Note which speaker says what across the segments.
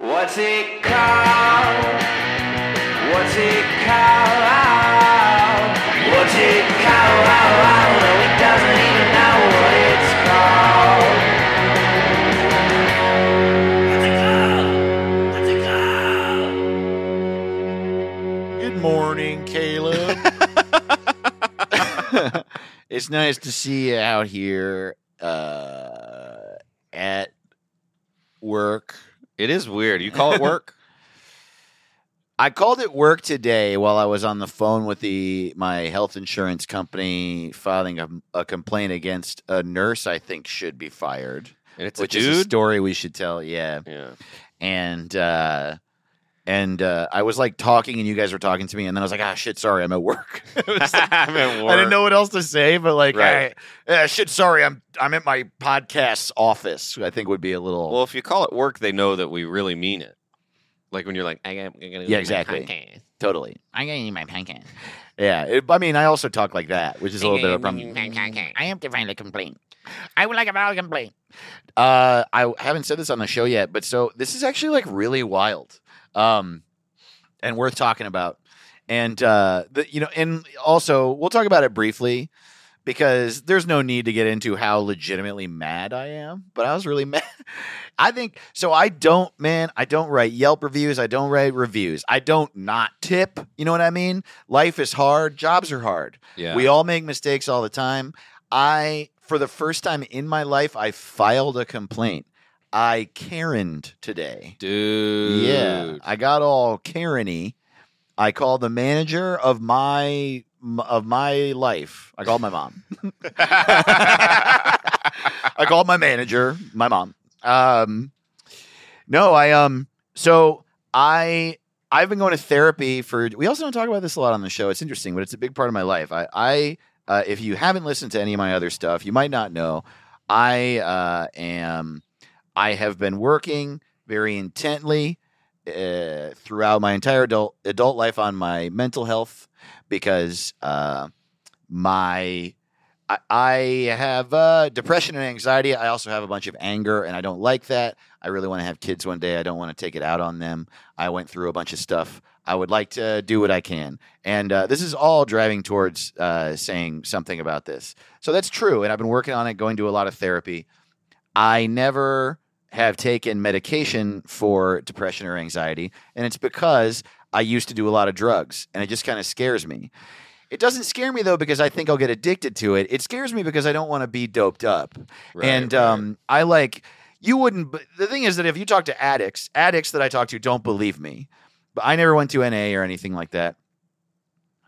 Speaker 1: What's it called? What's it called? What's it called? No, he doesn't even know what it's called.
Speaker 2: Good morning, Caleb. it's nice to see you out here uh, at work.
Speaker 3: It is weird. You call it work?
Speaker 2: I called it work today while I was on the phone with the my health insurance company filing a, a complaint against a nurse I think should be fired,
Speaker 3: and it's
Speaker 2: which
Speaker 3: a
Speaker 2: is a
Speaker 3: dude.
Speaker 2: story we should tell. Yeah.
Speaker 3: yeah.
Speaker 2: and uh and uh I was like talking and you guys were talking to me and then I was like, ah shit, sorry, I'm at work. It was like-
Speaker 3: I'm at
Speaker 2: I didn't know what else to say, but like
Speaker 3: Right.
Speaker 2: I, ah, shit, sorry, I'm I'm at my podcast's office, I think would be a little
Speaker 3: Well, if you call it work, they know that we really mean it. Like when you're like, I am going to
Speaker 2: Yeah, exactly. totally. I'm gonna need my pancake. Yeah. it- I mean I also talk like that, which is a little bit of a problem. I am to find a complaint. I would like a valid complaint. Uh, I haven't said this on the show yet, but so this is actually like really wild, um, and worth talking about. And uh, the, you know, and also we'll talk about it briefly because there's no need to get into how legitimately mad I am. But I was really mad. I think so. I don't, man. I don't write Yelp reviews. I don't write reviews. I don't not tip. You know what I mean? Life is hard. Jobs are hard.
Speaker 3: Yeah.
Speaker 2: We all make mistakes all the time. I, for the first time in my life, I filed a complaint. I Karened today.
Speaker 3: Dude.
Speaker 2: Yeah, I got all Kareny. I called the manager of my of my life. I called my mom. I called my manager, my mom. Um, no, I um. So I I've been going to therapy for. We also don't talk about this a lot on the show. It's interesting, but it's a big part of my life. I I uh, if you haven't listened to any of my other stuff, you might not know. I uh, am. I have been working very intently uh, throughout my entire adult adult life on my mental health because uh, my I, I have uh, depression and anxiety. I also have a bunch of anger, and I don't like that. I really want to have kids one day. I don't want to take it out on them. I went through a bunch of stuff. I would like to do what I can, and uh, this is all driving towards uh, saying something about this. So that's true, and I've been working on it, going to a lot of therapy. I never have taken medication for depression or anxiety, and it's because I used to do a lot of drugs, and it just kind of scares me. It doesn't scare me though because I think I'll get addicted to it. It scares me because I don't want to be doped up.
Speaker 3: Right,
Speaker 2: and
Speaker 3: right.
Speaker 2: um, I like you wouldn't. b- The thing is that if you talk to addicts, addicts that I talk to don't believe me. But I never went to NA or anything like that.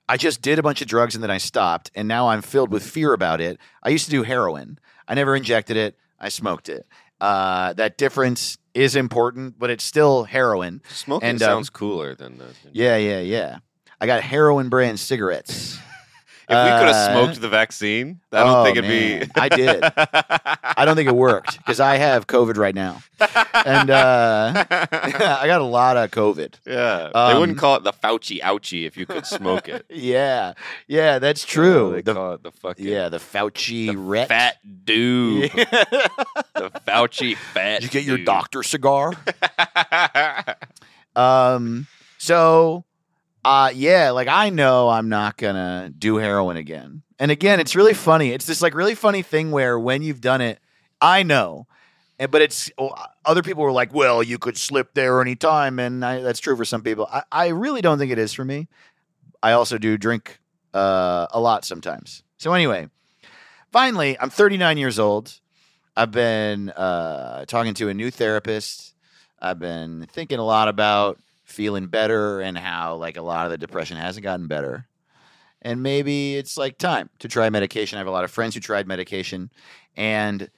Speaker 2: I just did a bunch of drugs and then I stopped, and now I'm filled with fear about it. I used to do heroin. I never injected it. I smoked it. Uh, that difference is important, but it's still heroin.
Speaker 3: smoking
Speaker 2: and, um,
Speaker 3: sounds cooler than the.
Speaker 2: Yeah, yeah, yeah. I got heroin brand cigarettes.
Speaker 3: If we could
Speaker 2: Uh,
Speaker 3: have smoked the vaccine, I don't
Speaker 2: Oh,
Speaker 3: think it'd
Speaker 2: man. I did. I don't think it worked because I have COVID right now, and uh, I got a lot of COVID.
Speaker 3: yeah.
Speaker 2: Um,
Speaker 3: they wouldn't call it the Fauci ouchie if you could smoke it.
Speaker 2: Yeah, yeah, that's
Speaker 3: Uh,
Speaker 2: true.
Speaker 3: they
Speaker 2: The-
Speaker 3: call it the fucking
Speaker 2: yeah, the Fauci
Speaker 3: the
Speaker 2: ret.
Speaker 3: fat dude.
Speaker 2: Yeah.
Speaker 3: the Fauci fat.
Speaker 2: Did you get your
Speaker 3: dude.
Speaker 2: doctor cigar? Um, so, uh, yeah, like I know I'm not gonna do heroin again. And again, it's really funny. It's this like really funny thing where when you've done it, I know, and but it's oh, other people were like, well, you could slip there any time, and I, that's true for some people. I, I really don't think it is for me. I also do drink uh, a lot sometimes. So anyway, finally, I'm 39 years old. I've been uh, talking to a new therapist. I've been thinking a lot about feeling better and how like a lot of the depression hasn't gotten better. And maybe it's like time to try medication. I have a lot of friends who tried medication and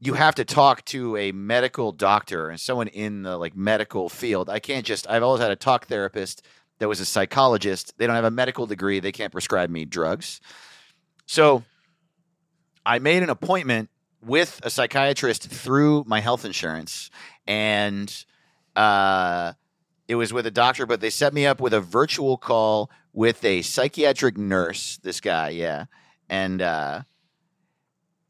Speaker 2: you have to talk to a medical doctor and someone in the like medical field. I can't just I've always had a talk therapist that was a psychologist. They don't have a medical degree. They can't prescribe me drugs. So I made an appointment with a psychiatrist through my health insurance and uh, it was with a doctor, but they set me up with a virtual call with a psychiatric nurse. This guy, yeah, and uh,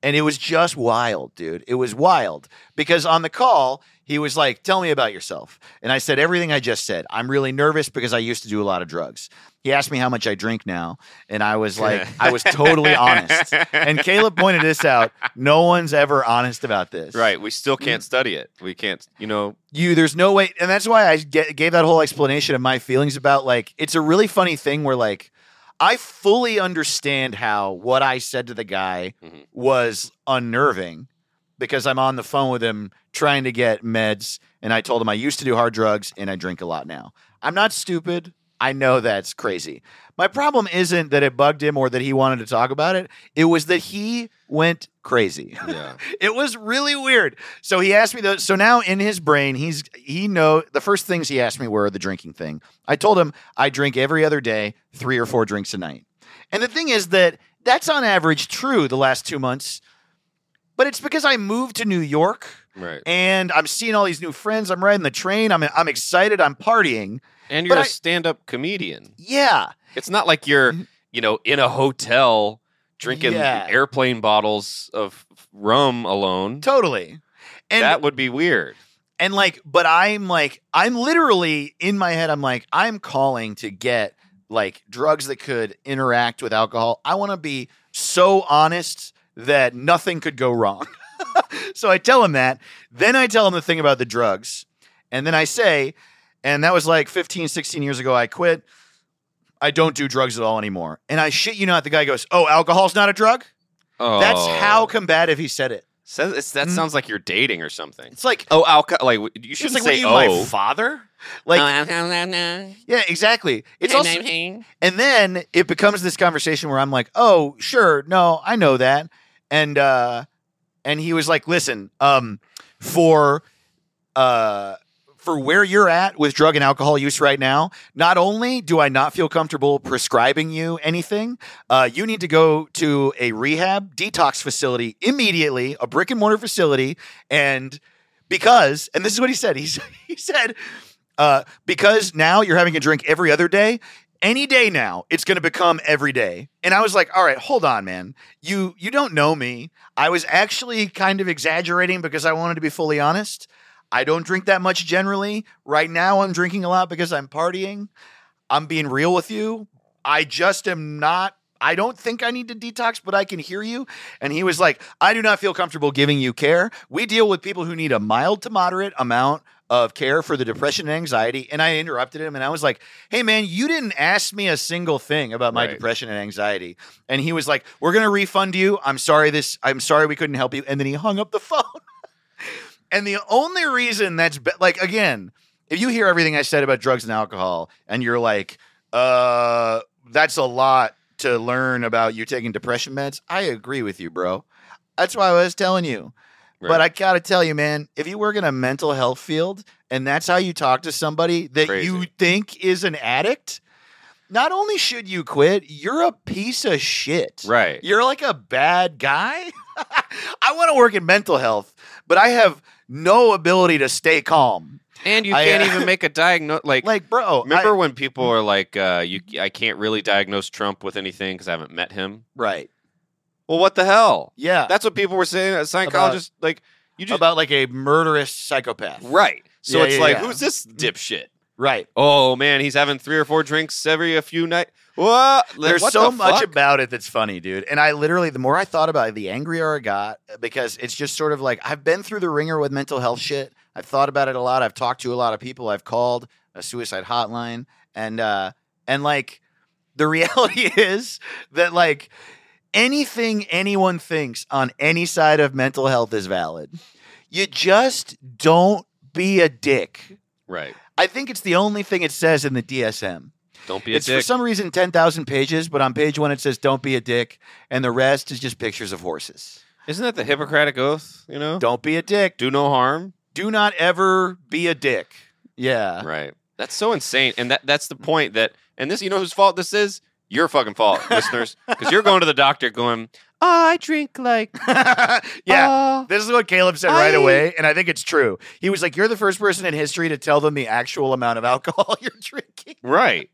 Speaker 2: And it was just wild, dude. It was wild because on the call, he was like, Tell me about yourself. And I said, Everything I just said. I'm really nervous because I used to do a lot of drugs. He asked me how much I drink now. And I was like, I was totally honest. And Caleb pointed this out. No one's ever honest about this.
Speaker 3: Right. We still
Speaker 2: Mm.
Speaker 3: can't study it. We can't, you know,
Speaker 2: You, there's no way. And that's why I ge- gave that whole explanation of my feelings about like, it's a really funny thing where like, I fully understand how what I said to the guy
Speaker 3: Mhm.
Speaker 2: was unnerving because I'm on the phone with him trying to get meds. And I told him I used to do hard drugs and I drink a lot now. I'm not stupid. I know that's crazy. My problem isn't that it bugged him or that he wanted to talk about it. It was that he went crazy.
Speaker 3: yeah.
Speaker 2: It was really weird. So he asked me those. So now in his brain, he's he know the first things he asked me were the drinking thing. I told him I drink every other day, three or four drinks a night. And the thing is that that's on average true the last two months, but it's because I moved to New York
Speaker 3: Right.
Speaker 2: and I'm seeing all these new friends. I'm riding the train. I'm I'm excited. I'm partying.
Speaker 3: And you're
Speaker 2: But
Speaker 3: a
Speaker 2: I-
Speaker 3: stand-up comedian.
Speaker 2: Yeah,
Speaker 3: It's not like you're, you know, in a hotel drinking
Speaker 2: Mm. Yeah.
Speaker 3: airplane bottles of rum alone.
Speaker 2: totally. And
Speaker 3: that would be weird.
Speaker 2: And like, but I'm like, I'm literally in my head, I'm like, I'm calling to get like drugs that could interact with alcohol. I want to be so honest that nothing could go wrong. so I tell him that. Then I tell him the thing about the drugs. And then I say, and that was like 15, 16 years ago, I quit. I don't do drugs at all anymore. And I shit you not, the guy goes, Oh, alcohol's not a drug?
Speaker 3: Oh.
Speaker 2: That's how combative he said it.
Speaker 3: Says- it's- that
Speaker 2: Mm.
Speaker 3: sounds like you're dating or something.
Speaker 2: It's like,
Speaker 3: Oh, alcohol. Like w- you
Speaker 2: it's
Speaker 3: shouldn't
Speaker 2: like,
Speaker 3: say
Speaker 2: what are you,
Speaker 3: oh.
Speaker 2: my father? Like, yeah, exactly. It's also, And then it becomes this conversation where I'm like, "Oh, sure, no, I know that." And uh and he was like, "Listen, um for uh for where you're at with drug and alcohol use right now, not only do I not feel comfortable prescribing you anything, uh, you need to go to a rehab detox facility immediately, a brick and mortar facility, and because, and this is what he said. He, s- he said, uh, because now you're having a drink every other day, any day now, it's going to become every day. And I was like, all right, hold on, man. You you don't know me. I was actually kind of exaggerating because I wanted to be fully honest. I don't drink that much generally. Right now, I'm drinking a lot because I'm partying. I'm being real with you. I just am not. I don't think I need to detox, but I can hear you. And he was like, I do not feel comfortable giving you care. We deal with people who need a mild to moderate amount of care for the depression and anxiety. And I interrupted him and I was like, hey, man, you didn't ask me a single thing about my
Speaker 3: Right.
Speaker 2: depression and anxiety. And he was like, we're going to refund you. I'm sorry, this, I'm sorry we couldn't help you. And then he hung up the phone. and the only reason that's be- like, again, if you hear everything I said about drugs and alcohol and you're like, uh, that's a lot to learn about you taking depression meds, I agree with you, bro. That's why I was telling you. But I gotta tell you, man, if you work in a mental health field and that's how you talk to somebody that you
Speaker 3: Crazy.
Speaker 2: think is an addict, not only should you quit, you're a piece of shit.
Speaker 3: right.
Speaker 2: You're like a bad guy. I want to work in mental health, but I have no ability to stay calm.
Speaker 3: And you
Speaker 2: I,
Speaker 3: can't
Speaker 2: uh,
Speaker 3: even make a diagnose. Like,
Speaker 2: Like, bro,
Speaker 3: remember
Speaker 2: I- Mm-hmm.
Speaker 3: when people are like, uh, "You, I can't really diagnose Trump with anything because I haven't met him."
Speaker 2: right?
Speaker 3: Well, what the hell?
Speaker 2: Yeah,
Speaker 3: That's what people were saying. uh, Psychologists, like, you just
Speaker 2: about like a murderous psychopath.
Speaker 3: right. So
Speaker 2: Yeah,
Speaker 3: it's
Speaker 2: yeah,
Speaker 3: like,
Speaker 2: yeah. Mm-hmm.
Speaker 3: who's this dipshit?
Speaker 2: Right.
Speaker 3: Oh man, he's having three or four drinks every a few night. What?
Speaker 2: There's
Speaker 3: What
Speaker 2: so
Speaker 3: the
Speaker 2: much
Speaker 3: fuck?
Speaker 2: about it that's funny, dude. And I literally, the more I thought about it, the angrier I got uh, because it's just sort of like I've been through the ringer with mental health shit. I've thought about it a lot. I've talked to a lot of people. I've called a suicide hotline, and uh, and like the reality is that like anything anyone thinks on any side of mental health is valid. You just don't be a dick.
Speaker 3: right.
Speaker 2: I think it's the only thing it says in the DSM
Speaker 3: Don't be a
Speaker 2: it's for
Speaker 3: dick.
Speaker 2: some reason 10,000 pages, but on page one it says, don't be a dick. And the rest is just pictures of horses.
Speaker 3: Isn't that the Hippocratic Oath? You know,
Speaker 2: Don't be a dick.
Speaker 3: do no harm.
Speaker 2: Do not ever be a dick. Yeah.
Speaker 3: Right. That's so insane. And that that's the point that and this you know whose fault this is? Your fucking fault, listeners. Because you're going to the doctor going, Oh, I drink like
Speaker 2: yeah.
Speaker 3: uh,
Speaker 2: this is what Caleb said right
Speaker 3: I-
Speaker 2: away. And I think it's true. He was like, you're the first person in history to tell them the actual amount of alcohol you're drinking.
Speaker 3: Right.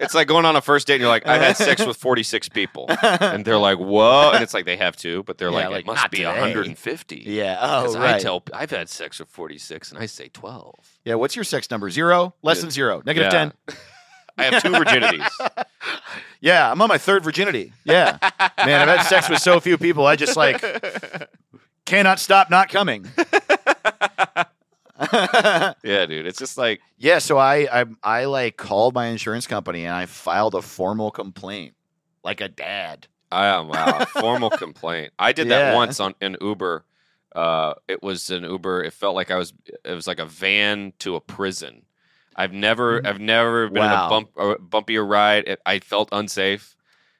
Speaker 3: It's like going on a first date and you're like, I had sex with 46 people. And they're like, whoa. And it's like they have to, but they're
Speaker 2: Yeah,
Speaker 3: like,
Speaker 2: like,
Speaker 3: it must
Speaker 2: not
Speaker 3: be
Speaker 2: today.
Speaker 3: 150.
Speaker 2: yeah. Oh,
Speaker 3: 'Cause
Speaker 2: right.
Speaker 3: I tell I've had sex with 46 and I say 12.
Speaker 2: yeah. What's your sex number? Zero? Less
Speaker 3: Yeah.
Speaker 2: than zero? Negative
Speaker 3: Yeah.
Speaker 2: 10?
Speaker 3: I have two virginities.
Speaker 2: Yeah. I'm on my third virginity. Yeah. Man, I've had sex with so few people. I just like cannot stop not coming.
Speaker 3: yeah, dude. It's just like,
Speaker 2: yeah. So I, I, I like called my insurance company and I filed a formal complaint like a dad.
Speaker 3: I am wow. Formal complaint. I did
Speaker 2: Yeah.
Speaker 3: that once on an Uber. Uh, it was an Uber. It felt like I was. It was like a van to a prison. I've never. I've never been in
Speaker 2: Mm. Wow.
Speaker 3: a bump a bumpier ride. It, I felt unsafe,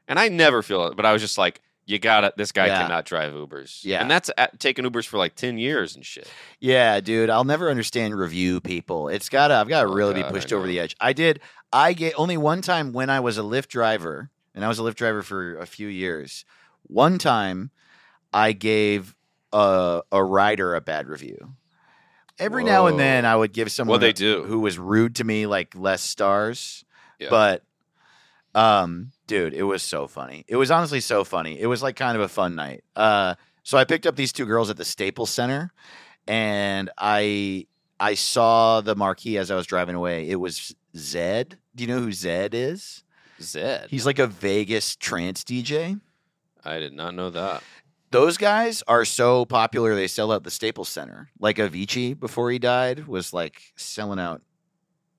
Speaker 3: and I never feel it. But I was just like, you got to This guy
Speaker 2: Yeah.
Speaker 3: cannot drive Ubers.
Speaker 2: Yeah.
Speaker 3: and that's at, taking Ubers for like ten years and shit.
Speaker 2: Yeah, dude, I'll never understand review people. It's gotta, I've gotta
Speaker 3: Oh,
Speaker 2: really
Speaker 3: God,
Speaker 2: be
Speaker 3: I
Speaker 2: pushed over
Speaker 3: know.
Speaker 2: the edge. I did, I get only one time when I was a Lyft driver, and I was a Lyft driver for a few years. One time, I gave a a rider a bad review. Every now and then,
Speaker 3: Whoa.
Speaker 2: I would give someone
Speaker 3: they do?
Speaker 2: who was rude to me like less stars,
Speaker 3: Yeah.
Speaker 2: but um, dude, it was so funny. It was honestly so funny. It was like kind of a fun night. Uh, so I picked up these two girls at the Staples Center, and I I saw the marquee as I was driving away. It was Zed. Do you know who Zed is?
Speaker 3: Zed.
Speaker 2: He's like a Vegas trance DJ.
Speaker 3: I did not know that.
Speaker 2: Those guys are so popular they sell out the Staples Center. Like Avicii before he died was like selling out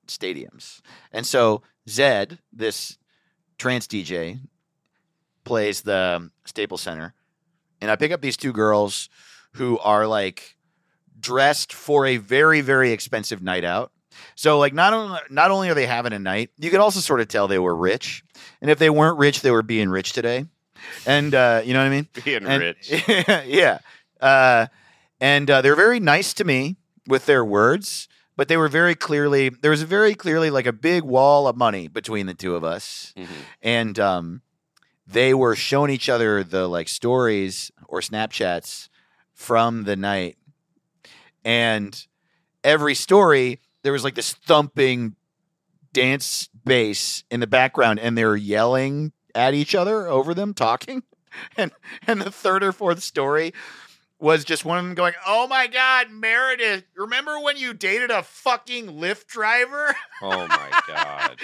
Speaker 2: stadiums. And so Zed, this trance DJ, plays the Staples Center. And I pick up these two girls who are like dressed for a very, very expensive night out. So like not only not only are they having a night, you could also sort of tell they were rich. And if they weren't rich, they were being rich today. And uh, you know what I mean?
Speaker 3: Being rich.
Speaker 2: yeah. Uh, and uh, they're very nice to me with their words, but they were very clearly, there was very clearly like a big wall of money between the two of us.
Speaker 3: Mhm.
Speaker 2: And um, they were showing each other the like stories or Snapchats from the night. And every story, there was like this thumping dance bass in the background, and they were yelling at each other over them talking. And and the third or fourth story was just one of them going, "Oh my god, Meredith, remember when you dated a fucking Lyft driver?"
Speaker 3: Oh my god.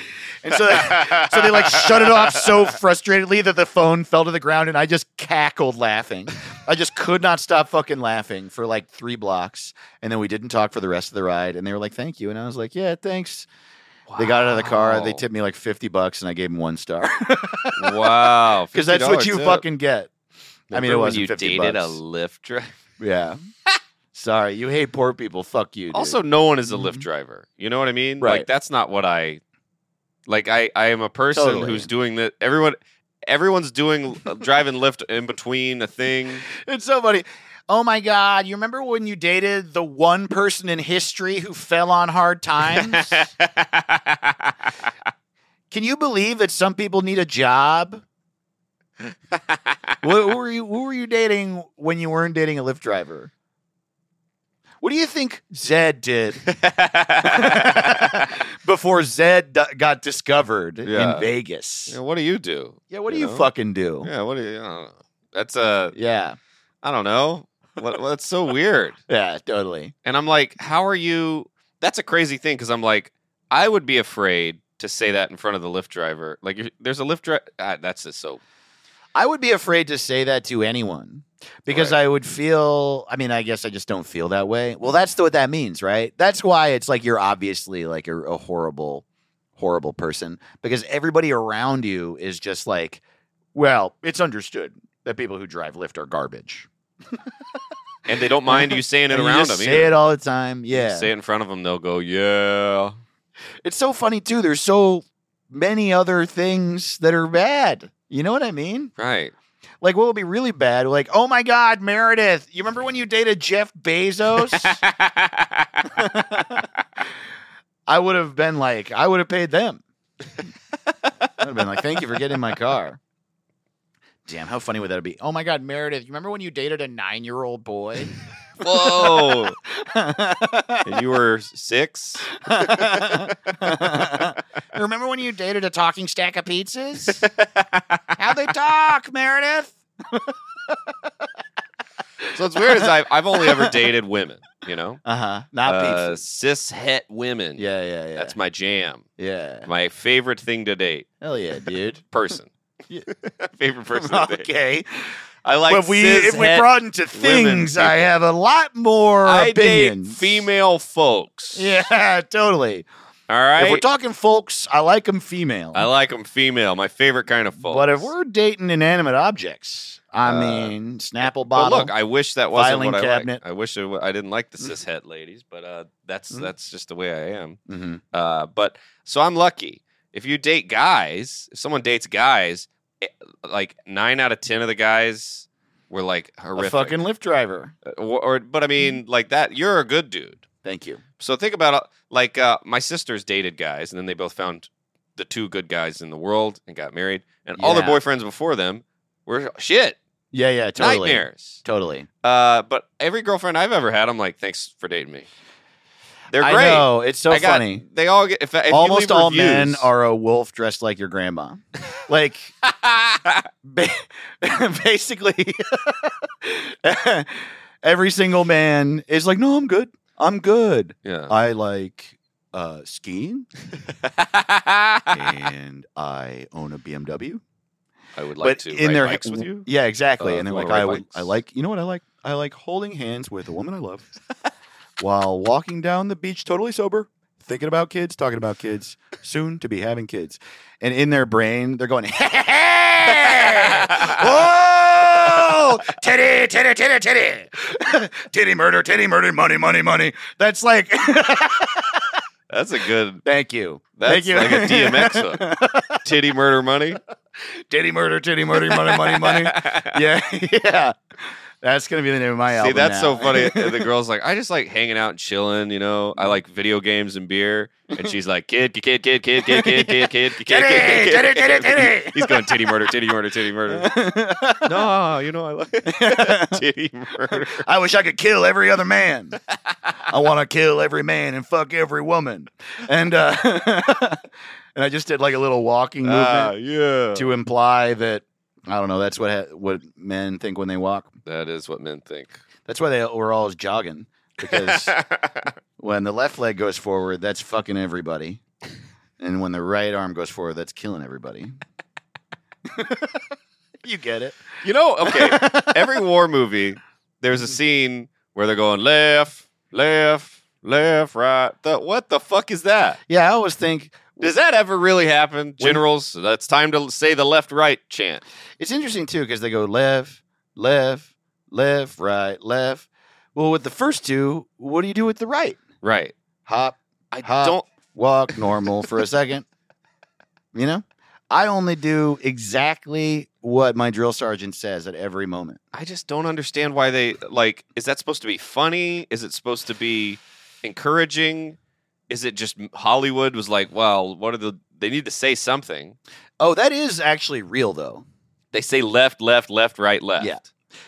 Speaker 2: And so so they like shut it off so frustratedly that the phone fell to the ground and I just cackled laughing. I just could not stop fucking laughing for like three blocks. And then we didn't talk for the rest of the ride. And they were like, thank you. And I was like, yeah, thanks. They got out of the car. They
Speaker 3: Wow.
Speaker 2: tipped me like 50 bucks and I gave them one star
Speaker 3: Wow,
Speaker 2: because that's what
Speaker 3: $50
Speaker 2: you
Speaker 3: tip.
Speaker 2: fucking get. I mean, it
Speaker 3: Remember when
Speaker 2: wasn't
Speaker 3: you
Speaker 2: 50
Speaker 3: dated
Speaker 2: bucks.
Speaker 3: a Lyft driver.
Speaker 2: Yeah. Sorry. You hate poor people. Fuck you. Dude.
Speaker 3: Also, no one is a
Speaker 2: Mhm.
Speaker 3: Lyft driver. You know what I mean?
Speaker 2: Right.
Speaker 3: Like that's not what I like. I I am a person
Speaker 2: Totally.
Speaker 3: who's doing that. Everyone, everyone's doing driving Lyft in between a thing.
Speaker 2: it's so funny. Oh my God. You remember when you dated the one person in history who fell on hard times? Can you believe that some people need a job? what, what were you? Who were you dating when you weren't dating a Lyft driver? What do you think Zed did before Zed d- got discovered
Speaker 3: Yeah.
Speaker 2: in Vegas?
Speaker 3: Yeah, what do you do?
Speaker 2: Yeah, what do
Speaker 3: you
Speaker 2: you
Speaker 3: know?
Speaker 2: fucking do?
Speaker 3: Yeah, what do you? I don't know. That's a
Speaker 2: Yeah,
Speaker 3: I don't know. What, what- that's so weird.
Speaker 2: yeah, totally.
Speaker 3: And I'm like, how are you? That's a crazy thing because I'm like, I would be afraid to say that in front of the Lyft driver. Like, you're, there's a Lyft driver. Ah, that's just so.
Speaker 2: I would be afraid to say that to anyone because
Speaker 3: Right.
Speaker 2: I would feel. I mean, I guess I just don't feel that way. Well, that's the, what that means, right? That's why it's like you're obviously like a, a horrible, horrible person because everybody around you is just like, well, it's understood that people who drive Lyft are garbage.
Speaker 3: And they don't mind you saying it
Speaker 2: And you
Speaker 3: around
Speaker 2: just
Speaker 3: them.
Speaker 2: say
Speaker 3: either.
Speaker 2: it all the time. Yeah,
Speaker 3: Say it in front of them. They'll go, yeah.
Speaker 2: it's so funny too. There's so many other things that are bad. You know what I mean?
Speaker 3: Right.
Speaker 2: Like what would be really bad? Like, oh my God, Meredith, you remember when you dated Jeff Bezos? I would have been like, I would have paid them. I would have been like, thank you for getting my car. Damn, how funny would that be? Oh my God, Meredith, you remember when you dated a nine year old boy?
Speaker 3: Whoa. and you were six?
Speaker 2: remember when you dated a talking stack of pizzas? How they talk, Meredith?
Speaker 3: So it's weird. Is I've I've only ever dated women. You know,
Speaker 2: Uh huh. Not
Speaker 3: uh,
Speaker 2: pizzas.
Speaker 3: cis het women.
Speaker 2: Yeah, yeah, yeah.
Speaker 3: that's my jam.
Speaker 2: yeah.
Speaker 3: My favorite thing to date.
Speaker 2: Hell yeah, dude.
Speaker 3: Person.
Speaker 2: Yeah.
Speaker 3: favorite person. to date.
Speaker 2: okay.
Speaker 3: I like.
Speaker 2: but we
Speaker 3: cis
Speaker 2: if we
Speaker 3: het
Speaker 2: brought into
Speaker 3: women
Speaker 2: things,
Speaker 3: people.
Speaker 2: I have a lot more
Speaker 3: I date
Speaker 2: opinions.
Speaker 3: female folks.
Speaker 2: Yeah, totally.
Speaker 3: All right.
Speaker 2: If we're talking folks, I like them female.
Speaker 3: I like them female. My favorite kind of folks.
Speaker 2: But if we're dating inanimate objects, I
Speaker 3: Uh,
Speaker 2: mean, Snapple
Speaker 3: But
Speaker 2: bottle.
Speaker 3: look, I wish that wasn't
Speaker 2: filing
Speaker 3: what I
Speaker 2: cabinet.
Speaker 3: liked. I wish I w- I didn't like the cishet ladies, but uh, that's
Speaker 2: Mm.
Speaker 3: that's just the way I am.
Speaker 2: Mhm.
Speaker 3: Uh, but so I'm lucky. If you date guys, if someone dates guys, eh, like nine out of ten of the guys were like
Speaker 2: a
Speaker 3: horrific.
Speaker 2: fucking Mm. Lyft driver.
Speaker 3: Uh, or, or- but I mean, like that. You're a good dude.
Speaker 2: Thank you.
Speaker 3: So think about uh, like uh, my sisters dated guys, and then they both found the two good guys in the world and got married, and all their
Speaker 2: Yeah.
Speaker 3: boyfriends before them were shit
Speaker 2: Yeah, yeah, totally.
Speaker 3: nightmares.
Speaker 2: Totally.
Speaker 3: Uh, but every girlfriend I've ever had, I'm like, thanks for dating me. They're great.
Speaker 2: I know it's so
Speaker 3: I got-
Speaker 2: funny.
Speaker 3: They all get. If, if you
Speaker 2: Almost
Speaker 3: leave
Speaker 2: all
Speaker 3: reviews-
Speaker 2: men are a wolf dressed like your grandma. like ba- basically, every single man is like, "No, I'm good. I'm good.
Speaker 3: yeah.
Speaker 2: I like uh, skiing, and I own a BMW."
Speaker 3: I would like to in ride bikes with you.
Speaker 2: Yeah, exactly.
Speaker 3: Uh,
Speaker 2: and
Speaker 3: if
Speaker 2: then
Speaker 3: you
Speaker 2: like
Speaker 3: wanna
Speaker 2: I,
Speaker 3: ride
Speaker 2: would- I
Speaker 3: bikes.
Speaker 2: like you know what I like? I like holding hands with a woman I love while walking down the beach totally sober, thinking about kids, talking about kids, soon to be having kids. And in their brain, they're going, Whoa! Titty, titty, titty, titty. titty murder, titty murder, money, money, money. That's like
Speaker 3: That's a good
Speaker 2: Thank you. Thank
Speaker 3: That's
Speaker 2: you.
Speaker 3: like a DMX titty murder money.
Speaker 2: titty murder, titty murder, money, money, money. yeah, yeah. That's gonna be the name of my album.
Speaker 3: See, that's so
Speaker 2: now.
Speaker 3: funny. And the girl's like, I just like hanging out and chilling, you know. I like video games and beer. And she's like, kid, kid, kid, kid, kid, kid, kid, kid, kid, kid, kid, kid,
Speaker 2: Titty,
Speaker 3: kid,
Speaker 2: titty,
Speaker 3: kid,
Speaker 2: titty,
Speaker 3: kid. He's going titty murder, titty murder, titty murder. No, you know I like titty murder.
Speaker 2: I wish I could kill every other man. I want to kill every man and fuck every woman. And uh, and I just did like a little walking movement
Speaker 3: Ah, yeah.
Speaker 2: to imply that I don't know. That's what ha- what men think when they walk.
Speaker 3: That is what men think.
Speaker 2: That's why they were always jogging because when the left leg goes forward, that's fucking everybody. And when the right arm goes forward, that's killing everybody. you get it.
Speaker 3: you know, okay. Every war movie, there's a scene where they're going left, left, left, right. The, what the fuck is that?
Speaker 2: Yeah, I always think
Speaker 3: Does that ever really happen, generals? That's time to say the left, right chant.
Speaker 2: it's interesting too because they go left, left, left, right, left. Well, with the first two, what do you do with the right?
Speaker 3: Right.
Speaker 2: Hop,
Speaker 3: I
Speaker 2: Huh.
Speaker 3: don't.
Speaker 2: walk, normal for a second. You know, I only do exactly what my drill sergeant says at every moment.
Speaker 3: I just don't understand why they like. Is that supposed to be funny? Is it supposed to be encouraging? Is it just Hollywood was like, well, what are the? They need to say something.
Speaker 2: Oh, that is actually real though.
Speaker 3: They say left, left, left, right, left.
Speaker 2: Yeah.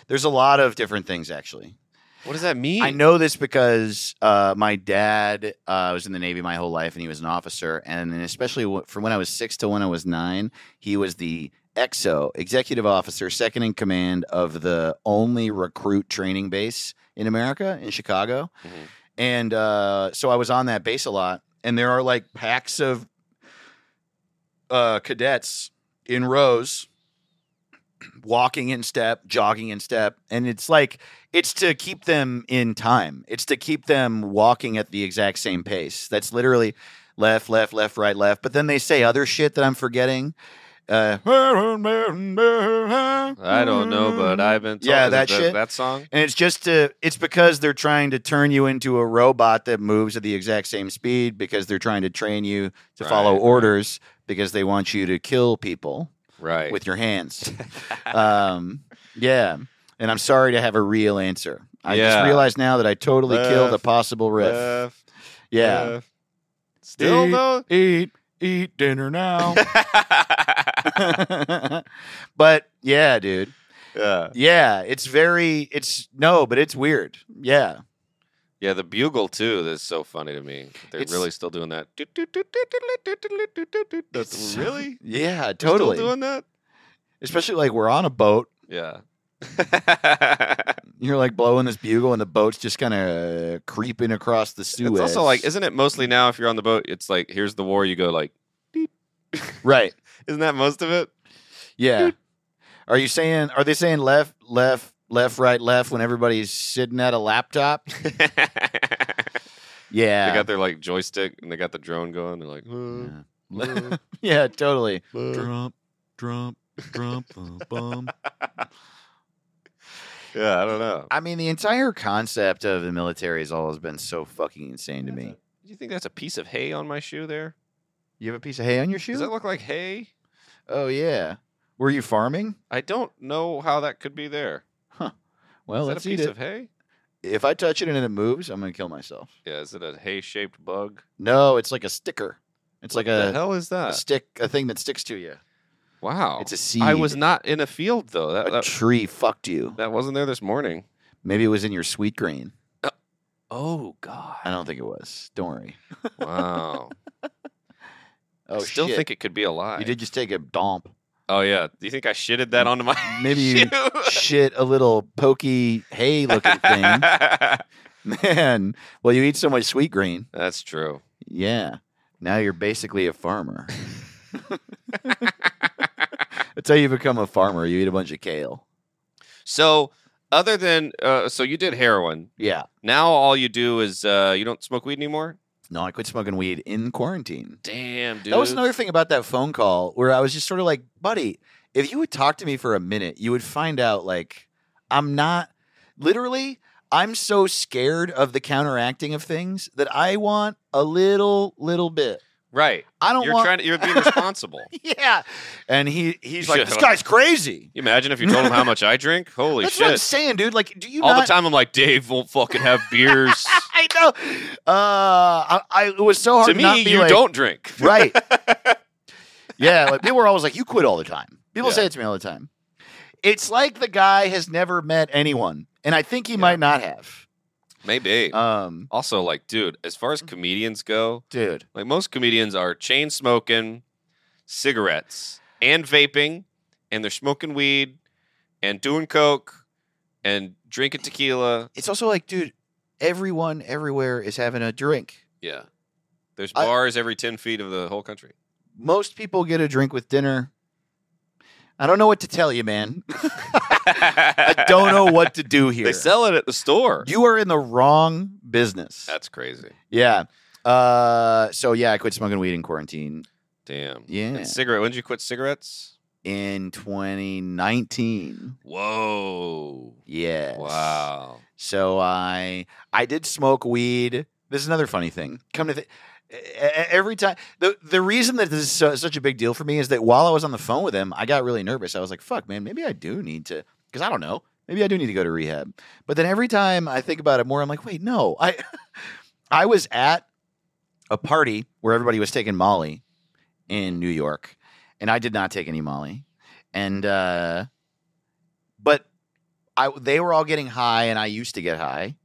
Speaker 2: There's a lot of different things actually.
Speaker 3: What does that mean?
Speaker 2: I know this because uh, my dad uh, was in the Navy my whole life, and he was an officer. And especially wh- from when I was six to when I was nine, he was the EXO, executive officer, second in command of the only recruit training base in America in Chicago.
Speaker 3: Mhm.
Speaker 2: And uh, so I was on that base a lot, and there are like packs of uh, cadets in rows. Walking in step, jogging in step, and it's like it's to keep them in time. It's to keep them walking at the exact same pace. That's literally left, left, left, right, left. But then they say other shit that I'm forgetting. Uh, I
Speaker 3: I don't know, but I've been
Speaker 2: Yeah,
Speaker 3: told-
Speaker 2: that
Speaker 3: is
Speaker 2: shit.
Speaker 3: That song.
Speaker 2: And it's just to, it's because they're trying to turn you into a robot that moves at the exact same speed because they're trying to train you to follow
Speaker 3: Right, right.
Speaker 2: orders because they want you to kill people
Speaker 3: Right.
Speaker 2: with your hands. um, yeah. And I'm sorry to have a real answer. I
Speaker 3: Yeah. Uh,
Speaker 2: just realized now that I totally killed a
Speaker 3: Left,
Speaker 2: possible riff.
Speaker 3: Left,
Speaker 2: yeah.
Speaker 3: left. Still
Speaker 2: Eat.
Speaker 3: though.
Speaker 2: Eat, eat dinner now. but yeah, dude.
Speaker 3: yeah.
Speaker 2: Yeah, it's very, it's no, but it's weird. Yeah.
Speaker 3: Yeah, the bugle too. That's so funny to me. They're
Speaker 2: It's-
Speaker 3: really still doing that. That's
Speaker 2: It's-
Speaker 3: really
Speaker 2: Yeah,
Speaker 3: They're
Speaker 2: totally.
Speaker 3: still doing that.
Speaker 2: Especially like we're on a boat.
Speaker 3: Yeah.
Speaker 2: You're like blowing this bugle, and the boat's just kind of creeping across the Suez.
Speaker 3: It's also like, isn't it mostly now? If you're on the boat, it's like, here's the war. You go like,
Speaker 2: right?
Speaker 3: isn't that most of it?
Speaker 2: Yeah. Are you saying? Are they saying left, left, left, right, left when everybody's sitting at a laptop?
Speaker 3: They
Speaker 2: Yeah.
Speaker 3: got their like joystick and they got the drone going. They're like, uh,
Speaker 2: yeah. yeah, totally.
Speaker 3: uh, uh.
Speaker 2: Trump, Trump, Trump, bum, bum.
Speaker 3: yeah, I don't know.
Speaker 2: I mean, the entire concept of the military has always been so fucking insane to
Speaker 3: That's
Speaker 2: me.
Speaker 3: a- do you think that's a piece of hay on my shoe there?
Speaker 2: You have a piece of hay on your shoe?
Speaker 3: Does that look like hay?
Speaker 2: oh yeah. Were you farming?
Speaker 3: I don't know how that could be there. is
Speaker 2: Well, Oh, let's
Speaker 3: that a
Speaker 2: eat
Speaker 3: piece
Speaker 2: it.
Speaker 3: of hay?
Speaker 2: if I touch it and it moves, I'm gonna kill myself.
Speaker 3: Yeah, is it a hay shaped bug?
Speaker 2: No, it's like a sticker. It's like
Speaker 3: What the
Speaker 2: a,
Speaker 3: hell is
Speaker 2: a
Speaker 3: that?
Speaker 2: stick, a thing that sticks to you.
Speaker 3: wow.
Speaker 2: It's a seed.
Speaker 3: I was not in a field though. That,
Speaker 2: a
Speaker 3: that,
Speaker 2: tree fucked you.
Speaker 3: that wasn't there this morning.
Speaker 2: Maybe it was in your sweet green.
Speaker 3: Uh, Oh
Speaker 2: I
Speaker 3: god.
Speaker 2: don't think it was. Don't worry.
Speaker 3: Wow.
Speaker 2: Oh,
Speaker 3: I still
Speaker 2: shit.
Speaker 3: think it could be alive.
Speaker 2: you did just take a domp.
Speaker 3: Oh yeah. Do you think I shitted that onto my
Speaker 2: Maybe you-
Speaker 3: shoe?
Speaker 2: shit, a little pokey hay looking thing. Man, well, you eat so much sweet green.
Speaker 3: That's true.
Speaker 2: Yeah. Now you're basically a farmer. That's how you become a farmer. You eat a bunch of kale.
Speaker 3: So other than uh, so you did heroin.
Speaker 2: Yeah.
Speaker 3: Now all you do is uh, you don't smoke weed anymore?
Speaker 2: No, I quit smoking weed in quarantine.
Speaker 3: Damn, dude.
Speaker 2: That was another thing about that phone call where I was just sort of like, buddy, if you would talk to me for a minute, you would find out like I'm not literally I'm so scared of the counteracting of things that I want a little little bit.
Speaker 3: Right.
Speaker 2: I don't
Speaker 3: You're
Speaker 2: want
Speaker 3: trying to, you're being responsible.
Speaker 2: Yeah. And he he's
Speaker 3: You
Speaker 2: like,
Speaker 3: should-
Speaker 2: This guy's crazy.
Speaker 3: You imagine if you told him how much I drink? Holy
Speaker 2: That's what I'm
Speaker 3: shit.
Speaker 2: saying, dude. Like, do you
Speaker 3: All
Speaker 2: not
Speaker 3: the time I'm like, Dave won't fucking have beers.
Speaker 2: I know. Uh, I, I it was so hard
Speaker 3: to
Speaker 2: not
Speaker 3: me,
Speaker 2: be
Speaker 3: you
Speaker 2: like-
Speaker 3: don't drink.
Speaker 2: right? yeah, like people were always like, "You quit all the time." People
Speaker 3: Yeah.
Speaker 2: say it to me all the time. It's like the guy has never met anyone, and I think he might not have.
Speaker 3: Maybe.
Speaker 2: Um,
Speaker 3: also, like, dude, as far as comedians go,
Speaker 2: dude,
Speaker 3: like most comedians are chain smoking, cigarettes, and vaping, and they're smoking weed, and doing coke, and drinking tequila.
Speaker 2: it's also like, dude, everyone everywhere is having a drink.
Speaker 3: Yeah, there's
Speaker 2: I-
Speaker 3: bars every ten feet of the whole country.
Speaker 2: Most people get a drink with dinner. I don't know what to tell you, man. I
Speaker 3: I
Speaker 2: don't know what to do here.
Speaker 3: They sell it at the store.
Speaker 2: you are in the wrong business.
Speaker 3: That's crazy.
Speaker 2: yeah. Uh, so yeah, I quit smoking weed in quarantine.
Speaker 3: Damn.
Speaker 2: Yeah.
Speaker 3: And cigarette. When did you quit cigarettes?
Speaker 2: in 2019.
Speaker 3: Whoa.
Speaker 2: Yes.
Speaker 3: Wow.
Speaker 2: So I I did smoke weed. This is another funny thing. Come to th- e, every time the the reason that this is so, such a big deal for me is that while I was on the phone with him, I got really nervous. I was like, "Fuck, man, maybe I do need to because I don't know. Maybe I do need to go to rehab." But then every time I think about it more, I'm like, "Wait, no. I I was at a party where everybody was taking Molly in New York, and I did not take any Molly. And uh but I they were all getting high and I used to get high.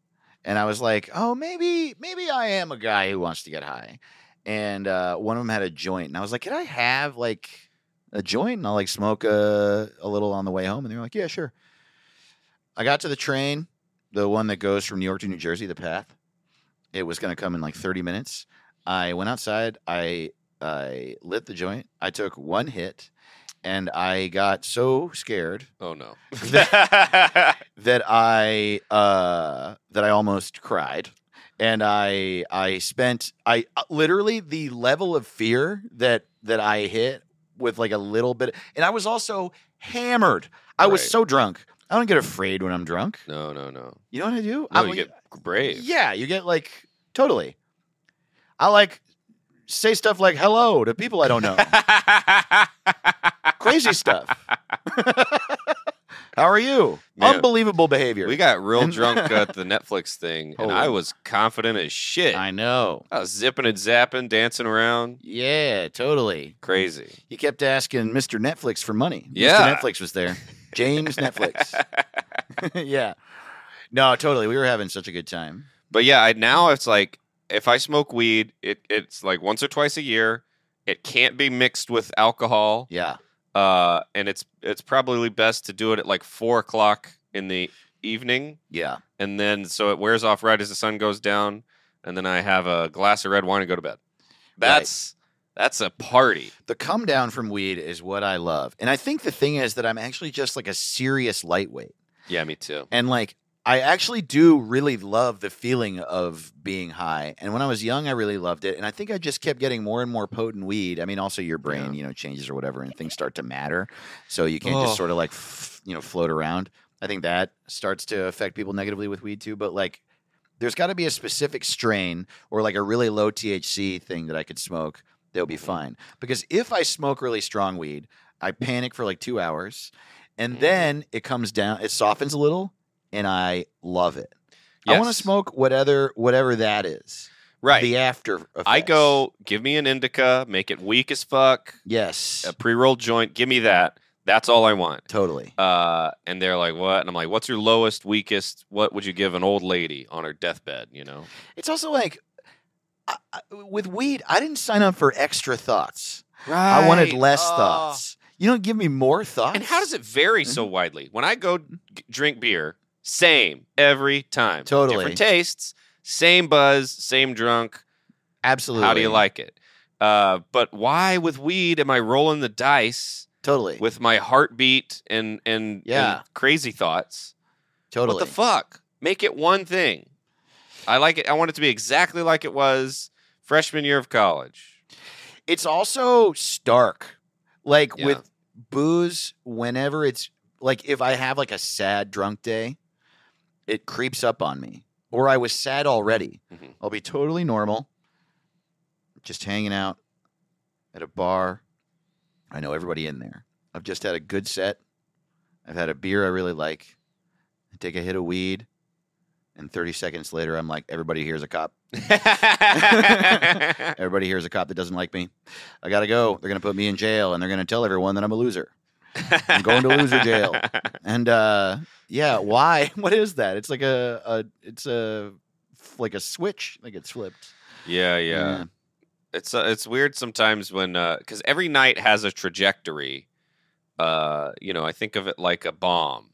Speaker 2: And I was like, "Oh, maybe maybe I am a guy who wants to get high." And uh one of them had a joint and I was like, "Can I have like a joint and I'll like smoke a a little on the way home?" And they were like, "Yeah, sure." I got to the train, the one that goes from New York to New Jersey, the path. It was going to come in like 30 minutes. I went outside, I I lit the joint. I took one hit and I got so scared
Speaker 3: Oh no.
Speaker 2: that I uh, that I almost cried, and I I spent I uh, literally the level of fear that that I hit with like a little bit, and I was also hammered. I was
Speaker 3: Right.
Speaker 2: so drunk. I don't get afraid when I'm drunk.
Speaker 3: no, no, no.
Speaker 2: You know what I do?
Speaker 3: No,
Speaker 2: I'm
Speaker 3: you
Speaker 2: like-
Speaker 3: get brave.
Speaker 2: yeah, you get like totally. I like say stuff like hello to people I don't know. Crazy stuff. How are you?
Speaker 3: Man.
Speaker 2: Unbelievable behavior.
Speaker 3: We got real
Speaker 2: And-
Speaker 3: drunk at the Netflix thing, and
Speaker 2: Holy.
Speaker 3: I was confident as shit.
Speaker 2: I know.
Speaker 3: I was zipping and zapping, dancing around.
Speaker 2: Yeah, totally.
Speaker 3: Crazy.
Speaker 2: You kept asking Mr. Netflix for money.
Speaker 3: Yeah.
Speaker 2: Mr. Netflix was there. James Netflix. yeah. No, totally. We were having such a good time.
Speaker 3: But yeah, I, now it's like if I smoke weed, it, it's like once or twice a year. It can't be mixed with alcohol,
Speaker 2: Yeah.
Speaker 3: uh, and it's it's probably best to do it at like four o'clock in the evening,
Speaker 2: Yeah.
Speaker 3: and then so it wears off right as the sun goes down, and then I have a glass of red wine and go to bed. That's that's a party.
Speaker 2: The come down from weed is what I love. And I think the thing is that I'm actually just like a serious lightweight.
Speaker 3: Yeah, me too.
Speaker 2: And like I actually do really love the feeling of being high. And when I was young, I really loved it. And I think I just kept getting more and more potent weed. I mean, also your brain,
Speaker 3: Yeah.
Speaker 2: you know, changes or whatever and things start to matter. So you can't just
Speaker 3: Oh.
Speaker 2: sort of like, f- you know, float around. I think that starts to affect people negatively with weed too. But like, there's got to be a specific strain or like a really low THC thing that I could smoke they'll be fine. Because if I smoke really strong weed, I panic for like two hours and
Speaker 3: Mhm.
Speaker 2: then it comes down, it softens a little, and I love it. I want to
Speaker 3: Yes.
Speaker 2: smoke whatever whatever that is.
Speaker 3: Right.
Speaker 2: The after effects.
Speaker 3: I go, give me an indica, make it weak as fuck,
Speaker 2: Yes.
Speaker 3: a pre rolled joint, give me that. That's all I want.
Speaker 2: Totally.
Speaker 3: Uh, and they're like, what? And I'm like, what's your lowest, weakest? What would you give an old lady on her deathbed? You know?
Speaker 2: It's also like I, I- with weed, I didn't sign up for extra thoughts.
Speaker 3: Right.
Speaker 2: I wanted less thoughts. You don't give me more
Speaker 3: uh
Speaker 2: thoughts.
Speaker 3: And how does it vary
Speaker 2: Mm-hmm.
Speaker 3: so widely? When I go g- drink beer, same every time.
Speaker 2: Totally.
Speaker 3: Different tastes, same buzz, same drunk.
Speaker 2: Absolutely.
Speaker 3: How do you like it? Uh, but why with weed am I rolling the dice?
Speaker 2: Totally.
Speaker 3: with my heartbeat and and,
Speaker 2: Yeah.
Speaker 3: and crazy thoughts.
Speaker 2: totally.
Speaker 3: What the fuck? Make it one thing. I like it. I want it to be exactly like it was freshman year of college.
Speaker 2: it's also stark. Like
Speaker 3: Yeah.
Speaker 2: with booze, whenever it's like if I have like a sad drunk day, it creeps up on me. Or I was sad already.
Speaker 3: Mhm.
Speaker 2: I'll be totally normal, just hanging out at a bar. I know everybody in there. I've just had a good set. I've had a beer I really like. I take a hit of weed, and 30 seconds later, I'm like, everybody here's a cop. Everybody here is a cop that doesn't like me. I gotta go. They're gonna put me in jail, and they're gonna tell everyone that I'm a loser.
Speaker 3: I'm
Speaker 2: going to loser jail. And uh, yeah, why? What is that? It's like a, a it's a like a switch that gets flipped.
Speaker 3: Yeah, yeah. It's uh, it's weird sometimes when because every night has a trajectory. Uh, you know, I think of it like a bomb,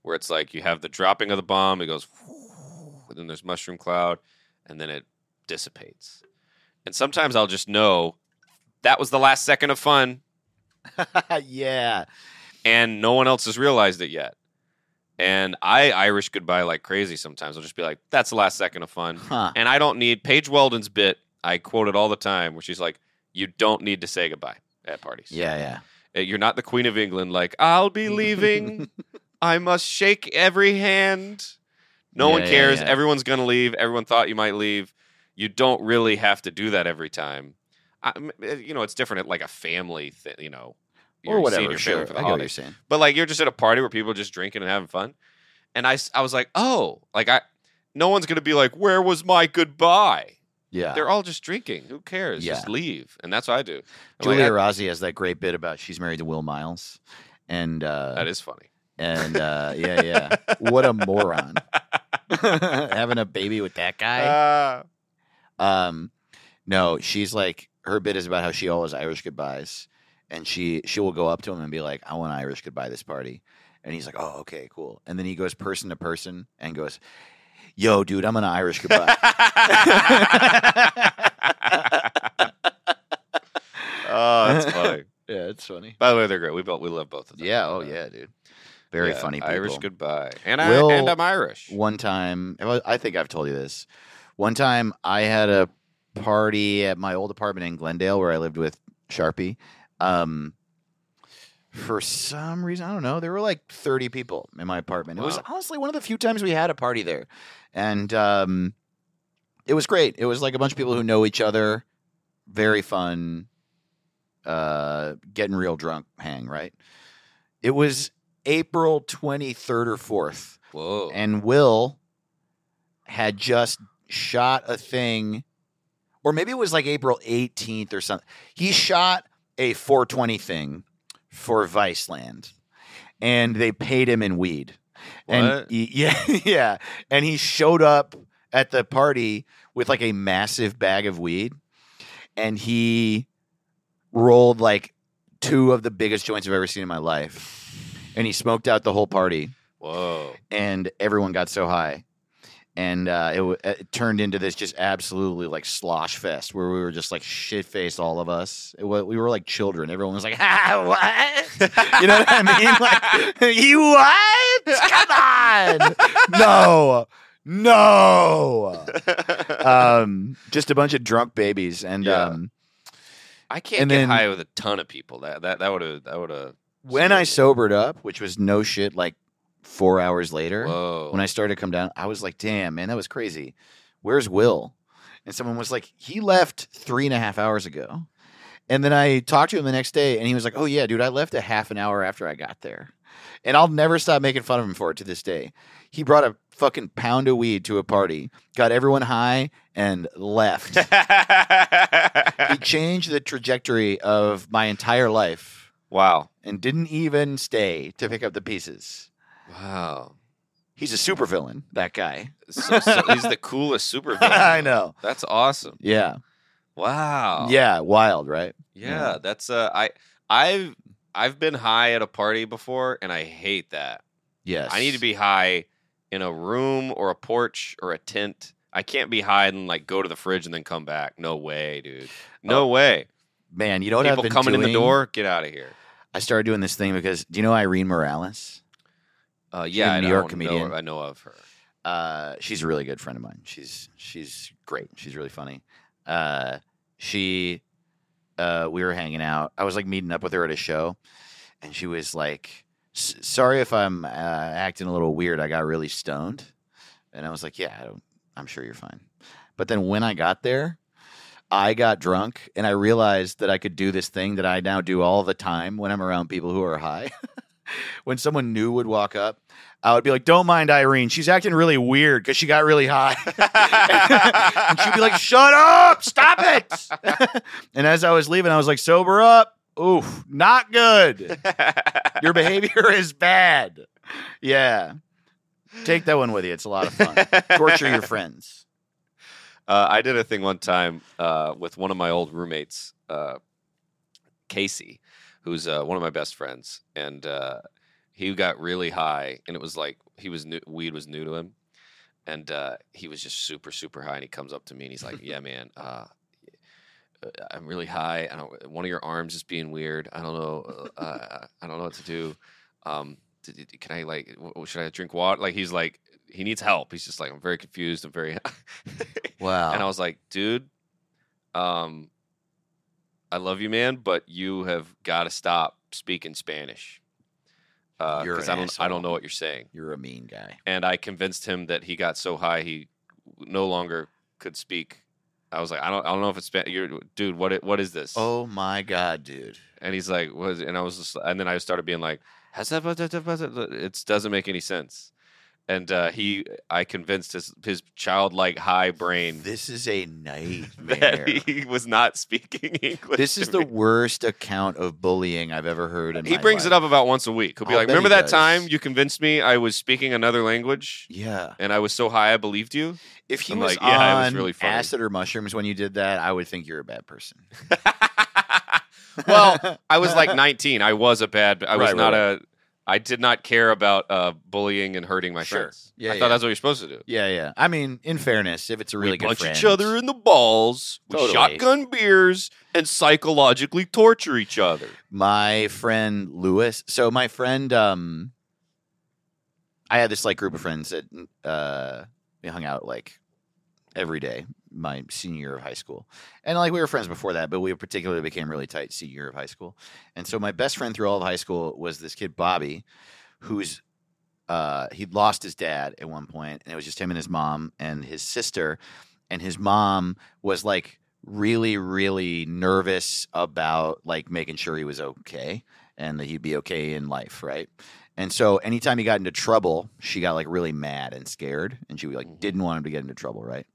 Speaker 3: where it's like you have the dropping of the bomb. It goes, and then there's mushroom cloud, and then it dissipates. And sometimes I'll just know that was the last second of fun,
Speaker 2: Yeah, yeah.
Speaker 3: and no one else has realized it yet. And I Irish goodbye like crazy sometimes. I'll just be like, "That's the last second of fun."
Speaker 2: Huh.
Speaker 3: And I don't need Paige Weldon's bit. I quote it all the time, where she's like, "You don't need to say goodbye at parties.
Speaker 2: Yeah, yeah.
Speaker 3: Uh, You're not the Queen of England. Like I'll be leaving. I must shake every hand. No
Speaker 2: Yeah,
Speaker 3: one
Speaker 2: yeah,
Speaker 3: cares.
Speaker 2: yeah.
Speaker 3: Everyone's gonna leave. Everyone thought you might leave. You don't really have to do that every time. I, m- uh, you know, it's different at like a family thing. You know,
Speaker 2: Or
Speaker 3: you're seeing
Speaker 2: whatever.
Speaker 3: your family for
Speaker 2: Sure. I get
Speaker 3: the
Speaker 2: what you're
Speaker 3: holidays.
Speaker 2: saying.
Speaker 3: But like you're just at a party where people are just drinking and having fun. And I, s- I was like, oh, like I, no one's gonna be like, where was my goodbye?
Speaker 2: Yeah.
Speaker 3: They're all just drinking. Who cares? Just
Speaker 2: Yeah.
Speaker 3: leave. And that's what I do. I'm like,
Speaker 2: Julia
Speaker 3: that-
Speaker 2: Rossi has that great bit about she's married to Will Miles, and uh,
Speaker 3: that is funny.
Speaker 2: and uh, yeah, yeah. What a moron. Having a baby with that guy.
Speaker 3: Ah.
Speaker 2: Um, no, she's like her bit is about how she always Irish goodbyes, and she she will go up to him and be like, "I want an Irish goodbye this party," and he's like, "Oh, okay, cool." And then he goes person to person and goes, "Yo, dude, I'm an Irish goodbye."
Speaker 3: oh, that's funny.
Speaker 2: yeah, it's funny.
Speaker 3: By the way, they're great. We both we love both of them.
Speaker 2: Yeah, oh
Speaker 3: Uh,
Speaker 2: yeah, dude, very
Speaker 3: yeah,
Speaker 2: funny. People.
Speaker 3: Irish goodbye, and
Speaker 2: Will-
Speaker 3: I and I'm Irish.
Speaker 2: one time I I think I've told you this. One time I had a party at my old apartment in Glendale where I lived with Sharpie. Um for some reason, I don't know, there were like 30 people in my apartment. It was
Speaker 3: Wow.
Speaker 2: honestly one of the few times we had a party there. And um it was great. It was like a bunch of people who know each other. Very fun. Uh getting real drunk hang, right? It was April 23rd or 4th
Speaker 3: Whoa.
Speaker 2: and Will had just shot a thing, or maybe it was like April 18th or something. He shot a 420 thing for Viceland, and they paid him in weed. And
Speaker 3: What?
Speaker 2: he- yeah, yeah, and he showed up at the party with like a massive bag of weed, and he rolled like two of the biggest joints I've ever seen in my life, and he smoked out the whole party,
Speaker 3: Whoa.
Speaker 2: and everyone got so high. And uh, it, w- it turned into this just absolutely like slosh fest where we were just like shit faced, all of us. It wa- we were like children. Everyone was like, ah, what? You know what I mean? Like, you what? Come on. No. No. Um, just a bunch of drunk babies. And
Speaker 3: Yeah.
Speaker 2: um,
Speaker 3: I can't
Speaker 2: and
Speaker 3: get
Speaker 2: then-
Speaker 3: high with a ton of people. That that that would have that would have.
Speaker 2: when I sobered up, which was no shit, like four hours later,
Speaker 3: Whoa.
Speaker 2: when I started to come down, I was like, damn, man, that was crazy. Where's Will? And someone was like, he left three and a half hours ago. And then I talked to him the next day and he was like, oh, yeah, dude, I left a half an hour after I got there. And I'll never stop making fun of him for it to this day. He brought a fucking pound of weed to a party, got everyone high, and left. he changed the trajectory of my entire life
Speaker 3: wow.
Speaker 2: and didn't even stay to pick up the pieces.
Speaker 3: Wow.
Speaker 2: He's a supervillain, that guy.
Speaker 3: So, so he's the coolest supervillain.
Speaker 2: I know.
Speaker 3: That's awesome.
Speaker 2: Yeah.
Speaker 3: Wow.
Speaker 2: Yeah, wild, right?
Speaker 3: Yeah, that's uh I I've I've been high at a party before and I hate that.
Speaker 2: Yes.
Speaker 3: I need to be high in a room or a porch or a tent. I can't be high and like go to the fridge and then come back. No way, dude. No way.
Speaker 2: man. You know Oh, what I've
Speaker 3: People
Speaker 2: been
Speaker 3: coming in the
Speaker 2: doing?
Speaker 3: door, get out of here.
Speaker 2: I started doing this thing because do you know Irene Morales?
Speaker 3: Uh, yeah,
Speaker 2: a
Speaker 3: I
Speaker 2: New
Speaker 3: know-
Speaker 2: York
Speaker 3: know-
Speaker 2: comedian.
Speaker 3: I know of her.
Speaker 2: Uh, she's a really good friend of mine. She's she's great. She's really funny. Uh, she, uh, we were hanging out. I was like meeting up with her at a show, and she was like, "S- "Sorry if I'm uh, acting a little weird. I got really stoned," and I was like, "Yeah, I don't, I'm sure you're fine." But then when I got there, I got drunk, and I realized that I could do this thing that I now do all the time when I'm around people who are high. when someone new would walk up, I would be like, "Don't mind Irene. She's acting really weird because she got really high." and she'd be like, "Shut up! Stop it!" and as I was leaving, I was like, "Sober up. Oof, not good. Your behavior is bad." Yeah, take that one with you. It's a lot of fun. Torture your friends.
Speaker 3: Uh, I did a thing one time uh, with one of my old roommates, uh, Casey, who's uh, one of my best friends, and uh, he got really high, and it was like he was new, weed was new to him, and uh, he was just super super high, and he comes up to me and he's like, "Yeah, man." Uh, uh, I'm really high. I don't. One of your arms is being weird. I don't know. uh, Uh, I don't know what to do. Um, d- d- d- can I like? w- w- Should I drink water? Like he's like he needs help. He's just like I'm very confused. I'm very.
Speaker 2: Wow.
Speaker 3: And I was like, dude, um, I love you, man, but you have got to stop speaking Spanish
Speaker 2: You're
Speaker 3: because
Speaker 2: an
Speaker 3: I don't, I
Speaker 2: asshole.
Speaker 3: don't know what you're saying.
Speaker 2: You're a mean guy.
Speaker 3: And I convinced him that he got so high he no longer could speak. I was like, I don't, I don't know if it's Spanish. You're, dude, what, i- what is this?
Speaker 2: Oh my god, dude.
Speaker 3: And he's like, what is it? and I was just, and then I started being like, "Has that- that- that- that- that- it doesn't make any sense. And uh, he, I convinced his his childlike high brain
Speaker 2: This is a
Speaker 3: that
Speaker 2: nightmare.
Speaker 3: he was not speaking English.
Speaker 2: This is
Speaker 3: to
Speaker 2: the
Speaker 3: me.
Speaker 2: worst account of bullying I've ever heard. In
Speaker 3: he
Speaker 2: my
Speaker 3: brings it
Speaker 2: life.
Speaker 3: up about once a week. He'll be
Speaker 2: I'll
Speaker 3: like,
Speaker 2: bet
Speaker 3: "Remember
Speaker 2: he
Speaker 3: that
Speaker 2: does.
Speaker 3: time you convinced me I was speaking another language,
Speaker 2: Yeah.
Speaker 3: and I was so high I believed you."
Speaker 2: If he
Speaker 3: I'm
Speaker 2: was
Speaker 3: like, yeah, it
Speaker 2: on
Speaker 3: was really funny.
Speaker 2: acid or mushrooms when you did that, I would think you're a bad person.
Speaker 3: well, I was like 19. I was a bad. I was
Speaker 2: Right, right,
Speaker 3: not a. I did not care about uh, bullying and hurting my
Speaker 2: Sure.
Speaker 3: friends.
Speaker 2: Yeah,
Speaker 3: I
Speaker 2: yeah.
Speaker 3: thought that's what you're supposed to do.
Speaker 2: yeah, yeah. I mean, in fairness, if it's a really
Speaker 3: we
Speaker 2: good
Speaker 3: punch
Speaker 2: friend,
Speaker 3: each other in the balls. We
Speaker 2: Totally.
Speaker 3: shotgun beers and psychologically torture each other.
Speaker 2: my friend Lewis. So my friend, um, I had this like group of friends that uh, we hung out like every day my senior year of high school, and like we were friends before that, but we particularly became really tight senior year of high school. And so my best friend through all of high school was this kid Bobby, who's uh, he'd lost his dad at one point, and it was just him and his mom and his sister, and his mom was like really really nervous about like making sure he was okay and that he'd be okay in life right and so anytime he got into trouble she got like really mad and scared and she like
Speaker 3: Mhm.
Speaker 2: didn't want him to get into trouble right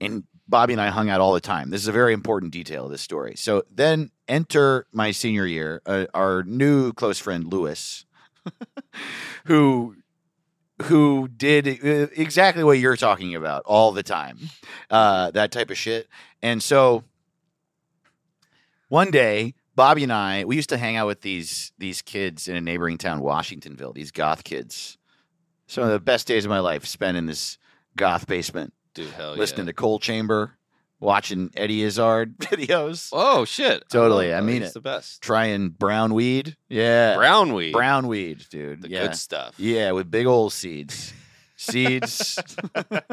Speaker 2: and bobby and i hung out all the time this is a very important detail of this story so then enter my senior year uh, our new close friend lewis who who did uh, exactly what you're talking about all the time, uh, that type of shit. And so one day, Bobby and I, we used to hang out with these these kids in a neighboring town, Washingtonville. These goth kids. Some of the best days of my life spent in this goth basement,
Speaker 3: Dude, hell
Speaker 2: listening
Speaker 3: Oh, yeah.
Speaker 2: to Cold Chamber, watching Eddie Izzard videos,
Speaker 3: Oh shit!
Speaker 2: Totally,
Speaker 3: love
Speaker 2: I
Speaker 3: that.
Speaker 2: mean
Speaker 3: He's
Speaker 2: it.
Speaker 3: The best.
Speaker 2: trying brown weed. Yeah,
Speaker 3: Brown weed.
Speaker 2: brown weed, dude.
Speaker 3: The
Speaker 2: yeah.
Speaker 3: good stuff.
Speaker 2: Yeah, with big old seeds. Seeds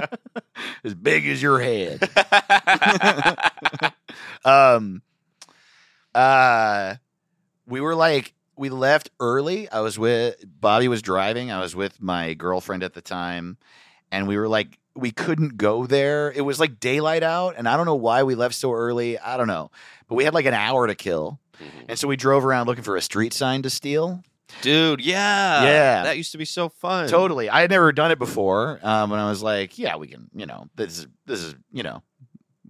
Speaker 2: as big as your head. Mm-hmm. Um uh we were like we left early. I was with Bobby was driving. I was with my girlfriend at the time and we were like we couldn't go there. It was like daylight out and I don't know why we left so early. I don't know. But we had like an hour to kill.
Speaker 3: Mhm.
Speaker 2: And so we drove around looking for a street sign to steal.
Speaker 3: Dude, yeah.
Speaker 2: Yeah.
Speaker 3: That used to be so fun.
Speaker 2: Totally. I had never done it before. Um, and I was like, yeah, we can, you know, this is, this is, you know,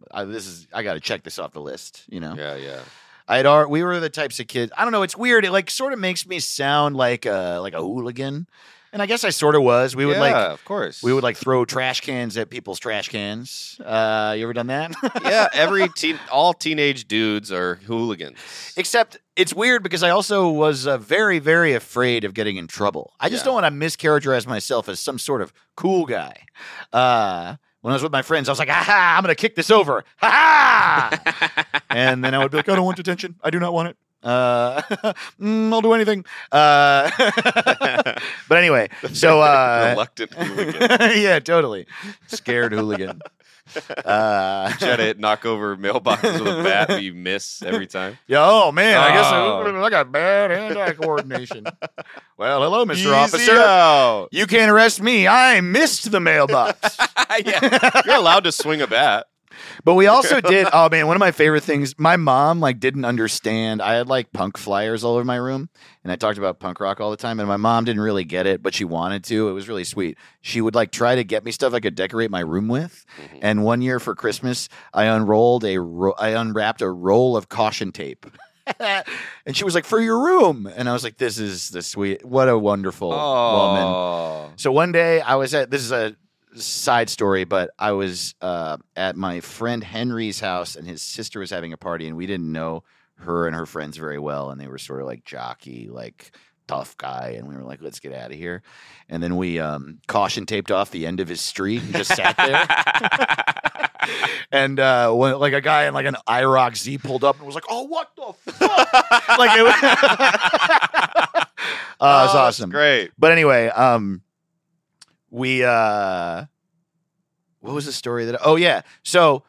Speaker 2: I, this is, I got to check this off the list, you know?
Speaker 3: Yeah, yeah.
Speaker 2: I had, al- we were the types of kids, I don't know, it's weird. It like sort of makes me sound like a, like a hooligan. And I guess I sort of was. We would
Speaker 3: yeah,
Speaker 2: like,
Speaker 3: of course.
Speaker 2: we would like throw trash cans at people's trash cans. Uh, you ever done that?
Speaker 3: yeah, every teen, all teenage dudes are hooligans.
Speaker 2: Except it's weird because I also was uh, very, very afraid of getting in trouble. I just
Speaker 3: Yeah.
Speaker 2: don't want to mischaracterize myself as some sort of cool guy. Uh, when I was with my friends, I was like, "Aha! I'm going to kick this over!" Ha ha! and then I would be like, "I don't want detention. I do not want it. Uh, mm, I'll do anything." Uh, but anyway, so uh,
Speaker 3: reluctant hooligan.
Speaker 2: yeah, totally scared hooligan. Uh,
Speaker 3: Try to knock over mailboxes with a bat, but you miss every time.
Speaker 2: Yeah, oh man, I guess I,
Speaker 3: Oh.
Speaker 2: I got bad hand-eye coordination. well, hello, Mr.
Speaker 3: Easy
Speaker 2: Officer.
Speaker 3: out.
Speaker 2: You can't arrest me. I missed the mailbox.
Speaker 3: yeah, you're allowed to swing a bat.
Speaker 2: but we also did. Oh man, one of my favorite things. My mom like didn't understand. I had like punk flyers all over my room, and I talked about punk rock all the time. And my mom didn't really get it, but she wanted to. It was really sweet. She would like try to get me stuff I could decorate my room with.
Speaker 3: Mhm.
Speaker 2: And one year for Christmas, I unrolled a ro- I unwrapped a roll of caution tape. and she was like, "For your room," and I was like, "This is the sweet. What a wonderful woman." So one day I was at this is a side story, but I was uh, at my friend Henry's house and his sister was having a party, and we didn't know her and her friends very well, and they were sort of like jockey, like tough guy, and we were like, let's get out of here. And then we um, caution taped off the end of his street and just sat
Speaker 3: Oh,
Speaker 2: there. and uh, when, like a guy in like an IROC Z pulled up and was like, "Oh, what the fuck!" like it was, uh, it's
Speaker 3: Oh,
Speaker 2: awesome.
Speaker 3: Great.
Speaker 2: But anyway, um, we uh, what was the story that? Oh yeah, so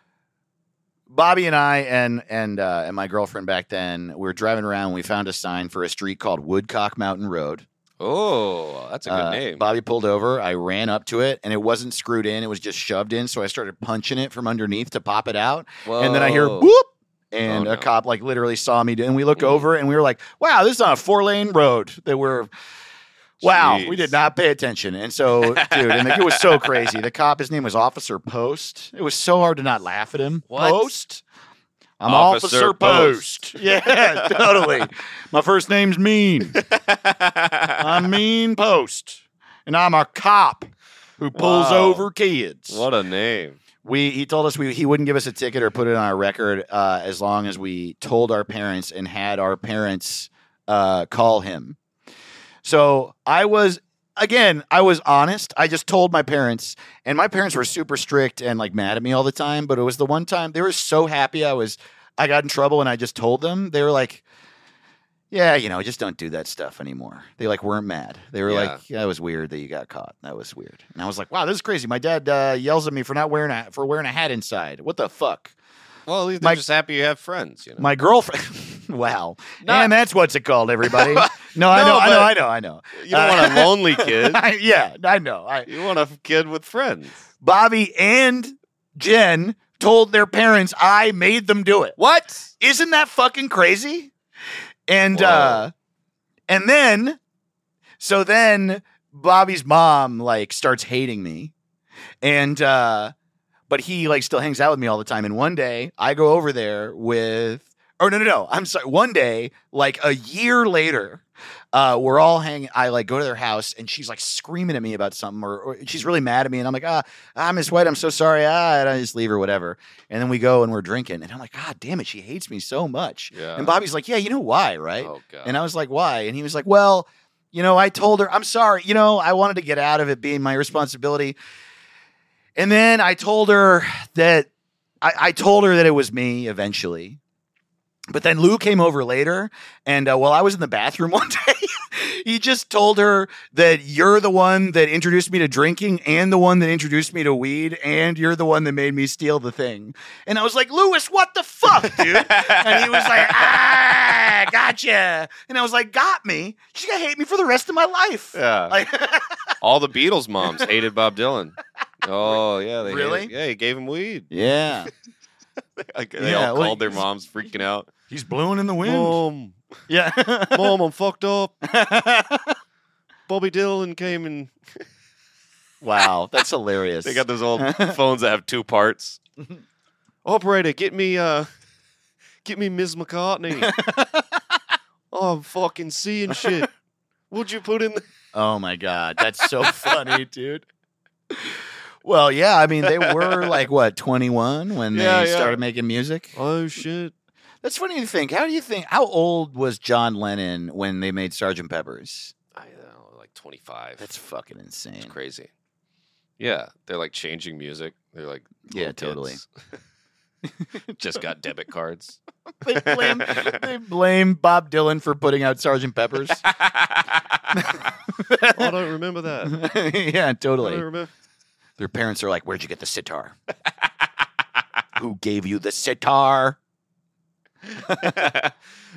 Speaker 2: Bobby and I and and uh, and my girlfriend back then we were driving around. and We found a sign for a street called Woodcock Mountain Road.
Speaker 3: Oh, that's a good
Speaker 2: Uh,
Speaker 3: name.
Speaker 2: Bobby pulled over. I ran up to it, and it wasn't screwed in. It was just shoved in. So I started punching it from underneath to pop it out and then I hear
Speaker 3: Whoa.
Speaker 2: whoop, and
Speaker 3: Oh,
Speaker 2: a
Speaker 3: no.
Speaker 2: cop like literally saw me. And we look
Speaker 3: Mm.
Speaker 2: over, and we were like, "Wow, this is on a four lane road that we're." Wow, we
Speaker 3: Jeez.
Speaker 2: did not pay attention, and so dude, and like, it was so crazy. The cop, his name was Officer Post. It was so hard to not laugh at him.
Speaker 3: What?
Speaker 2: Post? I'm
Speaker 3: Officer
Speaker 2: Officer, Post. Yeah, totally. My first name's Mean. I'm Mean Post, and I'm a cop who pulls
Speaker 3: Wow.
Speaker 2: over kids.
Speaker 3: What a name.
Speaker 2: We he told us we he wouldn't give us a ticket or put it on our record uh, as long as we told our parents and had our parents uh, call him. So I was again I was honest. I just told my parents, and my parents were super strict and like mad at me all the time. But it was the one time they were so happy I was I got in trouble and I just told them. They were like. Yeah, you know, just don't do that stuff anymore. They like weren't mad. They were
Speaker 3: Yeah.
Speaker 2: like, "Yeah, "That was weird that you got caught. That was weird." And I was like, "Wow, this is crazy." My dad uh, yells at me for not wearing a for wearing a hat inside. What the fuck?
Speaker 3: Well, at least
Speaker 2: My-
Speaker 3: I'm just happy you have friends. You know.
Speaker 2: My girlfriend. wow.
Speaker 3: Not-
Speaker 2: and that's what's it called, everybody. no, I
Speaker 3: No,
Speaker 2: know, I know,
Speaker 3: but-
Speaker 2: I know, I know.
Speaker 3: you don't want a lonely kid.
Speaker 2: I, yeah, I know. I,
Speaker 3: You want a kid with friends.
Speaker 2: Bobby and Jen told their parents I made them do it.
Speaker 3: What?
Speaker 2: Isn't that fucking crazy? And
Speaker 3: Whoa.
Speaker 2: uh and then so then Bobby's mom like starts hating me. And uh but he like still hangs out with me all the time and one day I go over there with or no, no, no. I'm sorry. One day, like a year later, uh, we're all hanging. I like go to their house, and she's like screaming at me about something, or, or she's really mad at me, and I'm like, ah, ah, Miss White, I'm so sorry. Ah, and I just leave her, whatever. And then we go and we're drinking, and I'm like, God damn it, she hates me so much.
Speaker 3: Yeah.
Speaker 2: And Bobby's like, Yeah, you know why, right?
Speaker 3: Oh god.
Speaker 2: And I was like, why? And he was like, well, you know, I told her, I'm sorry, you know, I wanted to get out of it being my responsibility. And then I told her that I, I told her that it was me eventually. But then Lou came over later, and uh, while I was in the bathroom one day, he just told her that you're the one that introduced me to drinking and the one that introduced me to weed, and you're the one that made me steal the thing. And I was like, Lewis, what the fuck, dude? And he was like, ah, gotcha. And I was like, got me. She's going to hate me for the rest of my life.
Speaker 3: Yeah.
Speaker 2: Like,
Speaker 3: All the Beatles moms hated Bob Dylan. Oh yeah, they hated-
Speaker 2: Really?
Speaker 3: yeah, he gave him weed.
Speaker 2: yeah.
Speaker 3: Like, they
Speaker 2: Yeah,
Speaker 3: all
Speaker 2: well,
Speaker 3: called their
Speaker 2: he's-
Speaker 3: moms, freaking out.
Speaker 2: He's blowing in the
Speaker 3: Mom,
Speaker 2: Yeah.
Speaker 3: mom, I'm fucked up. Bobby Dylan came and
Speaker 2: wow. That's hilarious.
Speaker 3: they got those old phones that have two parts. Operator, get me, uh, get me Ms. McCartney. oh, I'm fucking seeing shit. Would you put in? The-
Speaker 2: oh, my God. That's so funny, dude. Well, yeah. I mean, they were like, what, 21 when
Speaker 3: Yeah,
Speaker 2: they
Speaker 3: yeah.
Speaker 2: started making music?
Speaker 3: oh shit.
Speaker 2: That's funny to think. How do you think? How old was John Lennon when they made Sgt. Pepper's?
Speaker 3: I don't know, like 25.
Speaker 2: That's fucking insane.
Speaker 3: It's crazy. Yeah, they're like changing music. They're like
Speaker 2: Yeah,
Speaker 3: little
Speaker 2: totally.
Speaker 3: kids. Just got debit cards.
Speaker 2: they blame they blame Bob Dylan for putting out Sergeant Pepper's.
Speaker 3: I don't remember that. I
Speaker 2: yeah,
Speaker 3: don't
Speaker 2: totally.
Speaker 3: remember.
Speaker 2: Their parents are like, "Where'd you get the sitar? Who gave you the sitar?"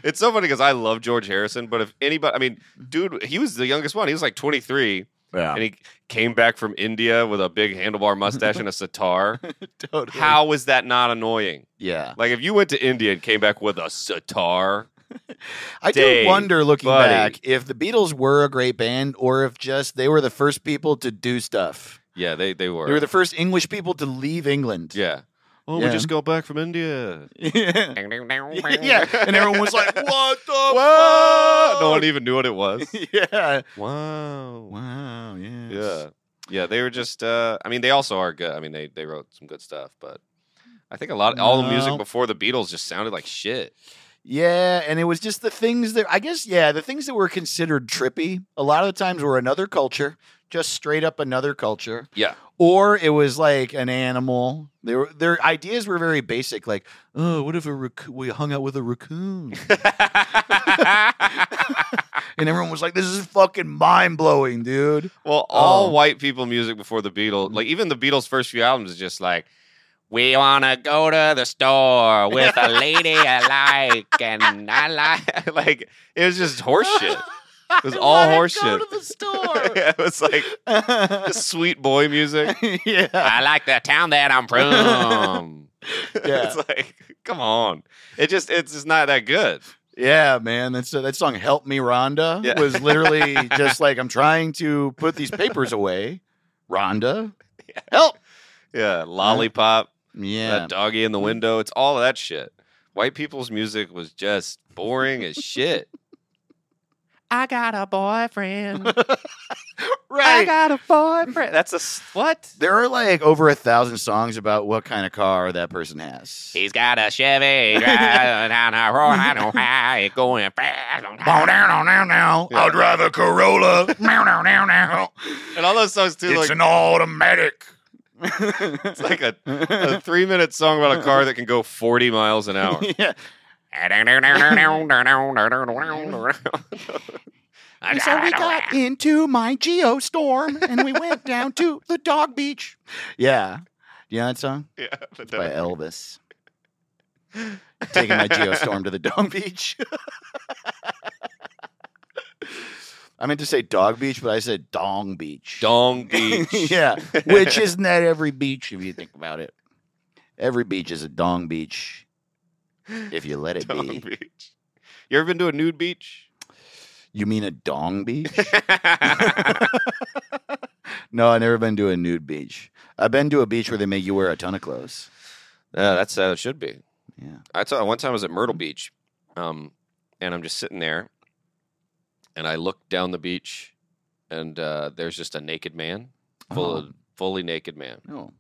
Speaker 3: it's so funny because I love George Harrison, but if anybody, I mean,
Speaker 2: Mm-hmm.
Speaker 3: dude, he was the youngest one. He was like 23,
Speaker 2: Yeah,
Speaker 3: and he came back from India with a big handlebar mustache and a sitar.
Speaker 2: totally.
Speaker 3: How is that not annoying?
Speaker 2: Yeah,
Speaker 3: Like, if you went to India and came back with a sitar,
Speaker 2: I
Speaker 3: Dave,
Speaker 2: do wonder, looking
Speaker 3: buddy.
Speaker 2: back, if the Beatles were a great band, or if just they were the first people to do stuff.
Speaker 3: yeah, they they were.
Speaker 2: They were the first English people to leave England.
Speaker 3: yeah. Oh,
Speaker 2: Yeah.
Speaker 3: we just got back from India.
Speaker 2: Yeah. yeah,
Speaker 3: yeah,
Speaker 2: and everyone was like, "What the
Speaker 3: Wow! No one
Speaker 2: fuck?"
Speaker 3: even knew what it was.
Speaker 2: yeah.
Speaker 3: wow.
Speaker 2: Wow. Yes.
Speaker 3: Yeah. Yeah, they were just uh I mean they also are good. I mean they they wrote some good stuff, but I think a lot all the music
Speaker 2: No.
Speaker 3: before the Beatles just sounded like shit.
Speaker 2: Yeah, and it was just the things that I guess yeah, the things that were considered trippy a lot of the times were another culture, just straight up another culture,
Speaker 3: Yeah.
Speaker 2: or it was like an animal. Their their ideas were very basic, like oh, what if a rac- we hung out with a raccoon? and everyone was like, "This is fucking mind blowing, dude."
Speaker 3: well, all
Speaker 2: Oh. Mm-hmm.
Speaker 3: white people music before the Beatles, like even the Beatles first few albums is just like we wanna go to the store with a lady I like and I like like it was just horseshit. It was
Speaker 2: I
Speaker 3: all
Speaker 2: wanna
Speaker 3: horseshit.
Speaker 2: Go to the
Speaker 3: yeah, it was like
Speaker 2: store.
Speaker 3: sweet boy music.
Speaker 2: yeah,
Speaker 3: I like the town that I'm from.
Speaker 2: Yeah.
Speaker 3: it's like, come on. It just it's just not that good.
Speaker 2: yeah, man. That's that song "Help Me, Rhonda"
Speaker 3: Yeah.
Speaker 2: was literally just like I'm trying to put these papers away, Rhonda. Help.
Speaker 3: Yeah. Lollipop,
Speaker 2: Yeah,
Speaker 3: that doggy in the window. It's all of that shit. White people's music was just boring as shit. I got a boyfriend.
Speaker 2: right.
Speaker 3: got a boyfriend. That's a s- what?
Speaker 2: there are like over a thousand songs about what kind of car that person has.
Speaker 3: He's got a Chevy driving down a road. I know how it's going
Speaker 2: Bow
Speaker 3: fast.
Speaker 2: down, now, now.
Speaker 3: Yeah.
Speaker 2: I'll drive a Corolla. Meow, now, now, now.
Speaker 3: And all those songs too,
Speaker 2: It's
Speaker 3: like
Speaker 2: an automatic.
Speaker 3: it's like a a three minute song about a car that can go 40 miles an hour.
Speaker 2: yeah. And so we got into my geostorm and we went down to the dog beach. Yeah. You know that song?
Speaker 3: Yeah, but
Speaker 2: By
Speaker 3: that-
Speaker 2: Elvis. Taking my geostorm to the dog beach. I meant to say dog beach, but I said dong beach.
Speaker 3: Dong Beach.
Speaker 2: yeah. Which isn't that every beach if you think about it. Every beach is a dong beach if you let it
Speaker 3: Dong
Speaker 2: be.
Speaker 3: Beach. You ever been to a nude beach?
Speaker 2: You mean a dong beach? No, I've never been to a nude beach. I've been to a beach where they make you wear a ton of clothes.
Speaker 3: Yeah, that's how it should be.
Speaker 2: Yeah.
Speaker 3: I saw one time I was at Myrtle Beach, um, and I'm just sitting there, and I look down the beach, and uh, there's just a naked man, full
Speaker 2: Oh.
Speaker 3: of, fully naked man,
Speaker 2: No.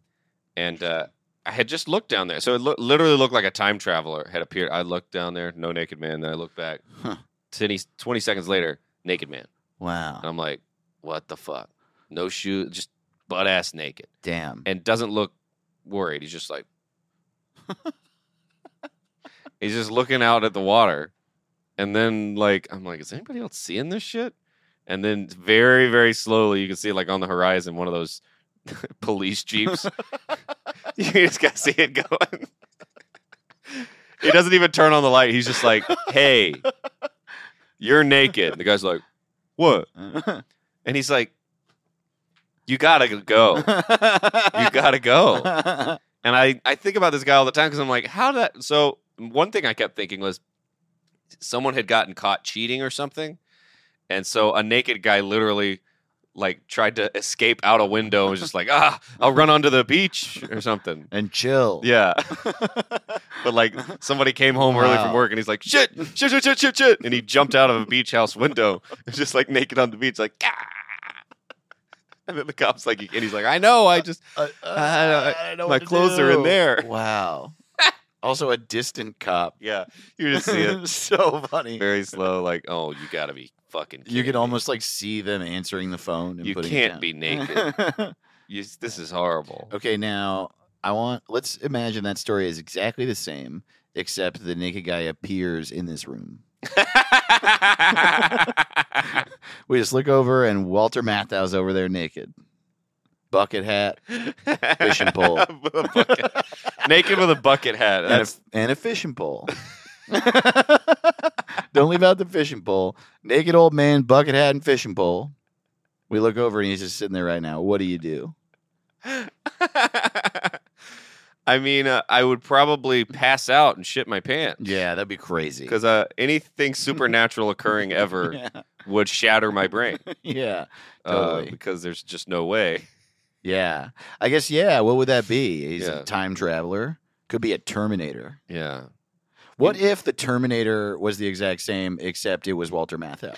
Speaker 3: and uh, I had just looked down there, so it loo- literally looked like a time traveler had appeared. I looked down there, no naked man. Then I looked back,
Speaker 2: Huh.
Speaker 3: 20, 20 seconds later, naked man,
Speaker 2: Wow.
Speaker 3: and I'm like, what the fuck? No shoe, just butt ass naked,
Speaker 2: Damn.
Speaker 3: and doesn't look worried. He's just like. He's just looking out at the water. And then like I'm like, is anybody else seeing this shit? And then very, very slowly you can see like on the horizon one of those police jeeps. you just gotta see it going. he doesn't even turn on the light. He's just like, Hey, you're naked. And the guy's like, What? And he's like, You gotta go. Oh. You gotta go. And I, I think about this guy all the time because I'm like, how did that? So, one thing I kept thinking was someone had gotten caught cheating or something. And so a naked guy literally like tried to escape out a window and was just like, ah, I'll run onto the beach or something.
Speaker 2: and chill. Uh,
Speaker 3: Yeah. but like somebody came home early from
Speaker 2: Wow.
Speaker 3: work and he's like, shit, shit, shit, shit, shit, shit. And he jumped out of a beach house window just like naked on the beach, like, ah. And then the cop's like, and he's like, I know, I just,
Speaker 2: Uh, uh,
Speaker 3: I don't-
Speaker 2: I don't know
Speaker 3: my
Speaker 2: what to
Speaker 3: clothes are in
Speaker 2: do.
Speaker 3: there.
Speaker 2: Wow. also a distant cop.
Speaker 3: yeah, you just see it.
Speaker 2: so funny.
Speaker 3: very slow. Like, oh, you gotta be fucking.
Speaker 2: You
Speaker 3: kidding
Speaker 2: could
Speaker 3: me.
Speaker 2: almost like see them answering the phone. And
Speaker 3: You
Speaker 2: putting
Speaker 3: can't
Speaker 2: it
Speaker 3: be
Speaker 2: down.
Speaker 3: naked. You, this is horrible.
Speaker 2: okay, now I want. Let's imagine that story is exactly the same, except the naked guy appears in this room. We just look over, and Walter Matthau's over there naked, bucket hat Fishing pole.
Speaker 3: With a bucket. Naked with a bucket hat.
Speaker 2: and a,
Speaker 3: That's
Speaker 2: and a fishing pole. Don't leave out the fishing pole. Naked old man, bucket hat, and fishing pole. We look over, and he's just sitting there right now. What do you do?
Speaker 3: I mean, uh, I would probably pass out and shit my pants.
Speaker 2: Yeah, that'd be crazy.
Speaker 3: Because uh, anything supernatural occurring ever
Speaker 2: Yeah.
Speaker 3: would shatter my brain.
Speaker 2: yeah.
Speaker 3: uh,
Speaker 2: Totally.
Speaker 3: because there's just no way.
Speaker 2: Yeah. I guess, yeah. What would that be? He's
Speaker 3: Yeah.
Speaker 2: a time traveler. Could be a Terminator.
Speaker 3: Yeah.
Speaker 2: What if the Terminator was the exact same, except it was Walter Matthau?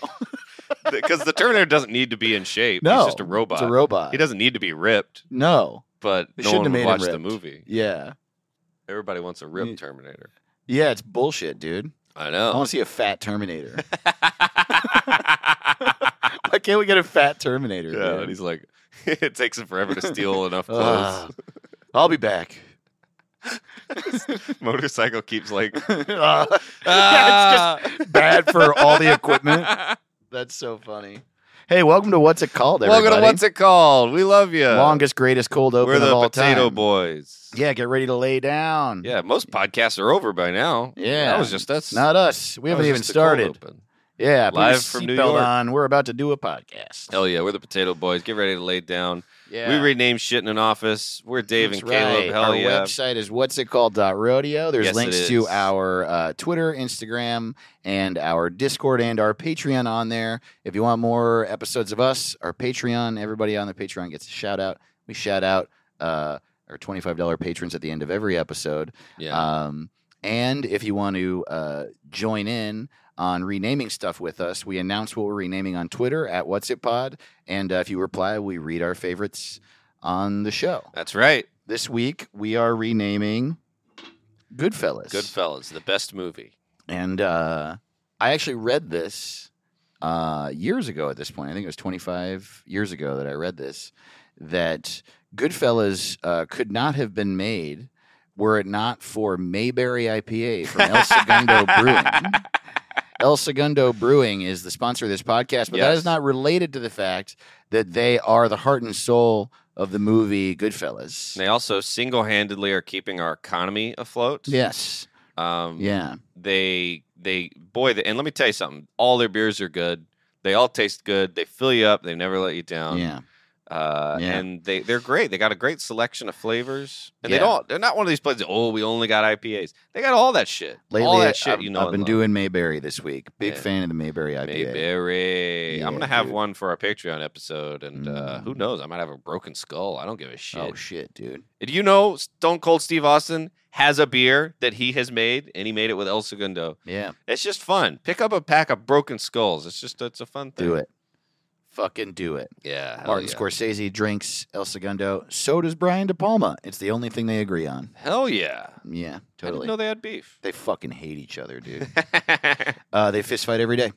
Speaker 3: Because the Terminator doesn't need to be in shape.
Speaker 2: No,
Speaker 3: He's just a robot.
Speaker 2: it's a robot.
Speaker 3: He doesn't need to be ripped,
Speaker 2: No.
Speaker 3: but
Speaker 2: They
Speaker 3: no
Speaker 2: shouldn't
Speaker 3: one
Speaker 2: have made
Speaker 3: would
Speaker 2: him
Speaker 3: watch the
Speaker 2: ripped.
Speaker 3: movie.
Speaker 2: Yeah.
Speaker 3: Everybody wants a ripped
Speaker 2: Yeah.
Speaker 3: Terminator.
Speaker 2: Yeah, it's bullshit, dude.
Speaker 3: I
Speaker 2: I
Speaker 3: know.
Speaker 2: want to see a fat Terminator. Why can't we get a fat Terminator?
Speaker 3: yeah,
Speaker 2: dude?
Speaker 3: and he's like, it takes him forever to steal enough clothes.
Speaker 2: Ugh. I'll be back.
Speaker 3: Motorcycle keeps like,
Speaker 2: Ugh.
Speaker 3: ah.
Speaker 2: Bad for all the equipment. That's so funny. Hey, welcome to What's It Called, everybody.
Speaker 3: Welcome to What's It Called? We love you.
Speaker 2: Longest, greatest cold open
Speaker 3: We're
Speaker 2: of
Speaker 3: the
Speaker 2: all
Speaker 3: Potato
Speaker 2: time.
Speaker 3: Boys.
Speaker 2: Yeah, get ready to lay down.
Speaker 3: Yeah, most podcasts are over by now.
Speaker 2: Yeah.
Speaker 3: That was just us.
Speaker 2: Not us. We
Speaker 3: that
Speaker 2: haven't
Speaker 3: was
Speaker 2: even
Speaker 3: just the cold
Speaker 2: started.
Speaker 3: open.
Speaker 2: Yeah, put your
Speaker 3: Live from New
Speaker 2: seatbelt
Speaker 3: York.
Speaker 2: on. We're about to do a podcast.
Speaker 3: Hell yeah, we're the Potato Boys. Get ready to lay down.
Speaker 2: yeah.
Speaker 3: We rename shit in an office. We're Dave
Speaker 2: That's
Speaker 3: and Caleb.
Speaker 2: right.
Speaker 3: Hell
Speaker 2: our
Speaker 3: yeah.
Speaker 2: website is what's it called dot rodeo. There's
Speaker 3: Yes, it
Speaker 2: links to
Speaker 3: is.
Speaker 2: our uh, Twitter, Instagram, and our Discord and our Patreon on there. If you want more episodes of us, our Patreon, everybody on the Patreon gets a shout out. We shout out uh, our twenty five dollar patrons at the end of every episode.
Speaker 3: Yeah.
Speaker 2: Um, and if you want to uh, join in on renaming stuff with us, we announce what we're renaming on Twitter at What's It Pod. And uh, if you reply, we read our favorites on the show.
Speaker 3: That's right.
Speaker 2: This week we are renaming Goodfellas.
Speaker 3: Goodfellas, the best movie.
Speaker 2: and uh, I actually read this uh, years ago. At this point, I think it was 25 years ago that I read this. That Goodfellas uh, could not have been made were it not for Mayberry IPA from El Segundo Brewing. El Segundo Brewing is the sponsor of this podcast, but that
Speaker 3: Yes.
Speaker 2: is not related to the fact that they are the heart and soul of the movie Goodfellas.
Speaker 3: They also single handedly are keeping our economy afloat.
Speaker 2: Yes.
Speaker 3: Um,
Speaker 2: Yeah.
Speaker 3: They, they, boy, they, and let me tell you something Um, all their beers are good. They all taste good. They fill you up. They never let you down.
Speaker 2: yeah.
Speaker 3: Uh,
Speaker 2: Yeah.
Speaker 3: And they they're great. They got a great selection of flavors, and
Speaker 2: Yeah.
Speaker 3: they don't. They're not one of these places. Oh, we only got IPAs. They got all that shit.
Speaker 2: Lately,
Speaker 3: all
Speaker 2: I-
Speaker 3: that shit.
Speaker 2: I've,
Speaker 3: you know,
Speaker 2: I've been doing Mayberry this week. Big
Speaker 3: Yeah.
Speaker 2: fan of the Mayberry IPA.
Speaker 3: Mayberry. I'm
Speaker 2: Yeah,
Speaker 3: gonna have
Speaker 2: dude.
Speaker 3: one for our Patreon episode, and uh, who
Speaker 2: Mm.
Speaker 3: knows? I might have a broken skull. I don't give a shit.
Speaker 2: Oh shit, dude!
Speaker 3: Do you know Stone Cold Steve Austin has a beer that he has made, and he made it with El Segundo.
Speaker 2: Yeah,
Speaker 3: It's just fun. Pick up a pack of broken skulls. It's just it's a fun thing.
Speaker 2: do it. Fucking do it.
Speaker 3: Yeah. hell
Speaker 2: Martin
Speaker 3: yeah.
Speaker 2: Scorsese drinks El Segundo. So does Brian De Palma. It's the only thing they agree on.
Speaker 3: Hell yeah.
Speaker 2: Yeah,
Speaker 3: I didn't
Speaker 2: totally.
Speaker 3: know they had beef.
Speaker 2: they fucking hate each other, dude. uh, they fist fight every day.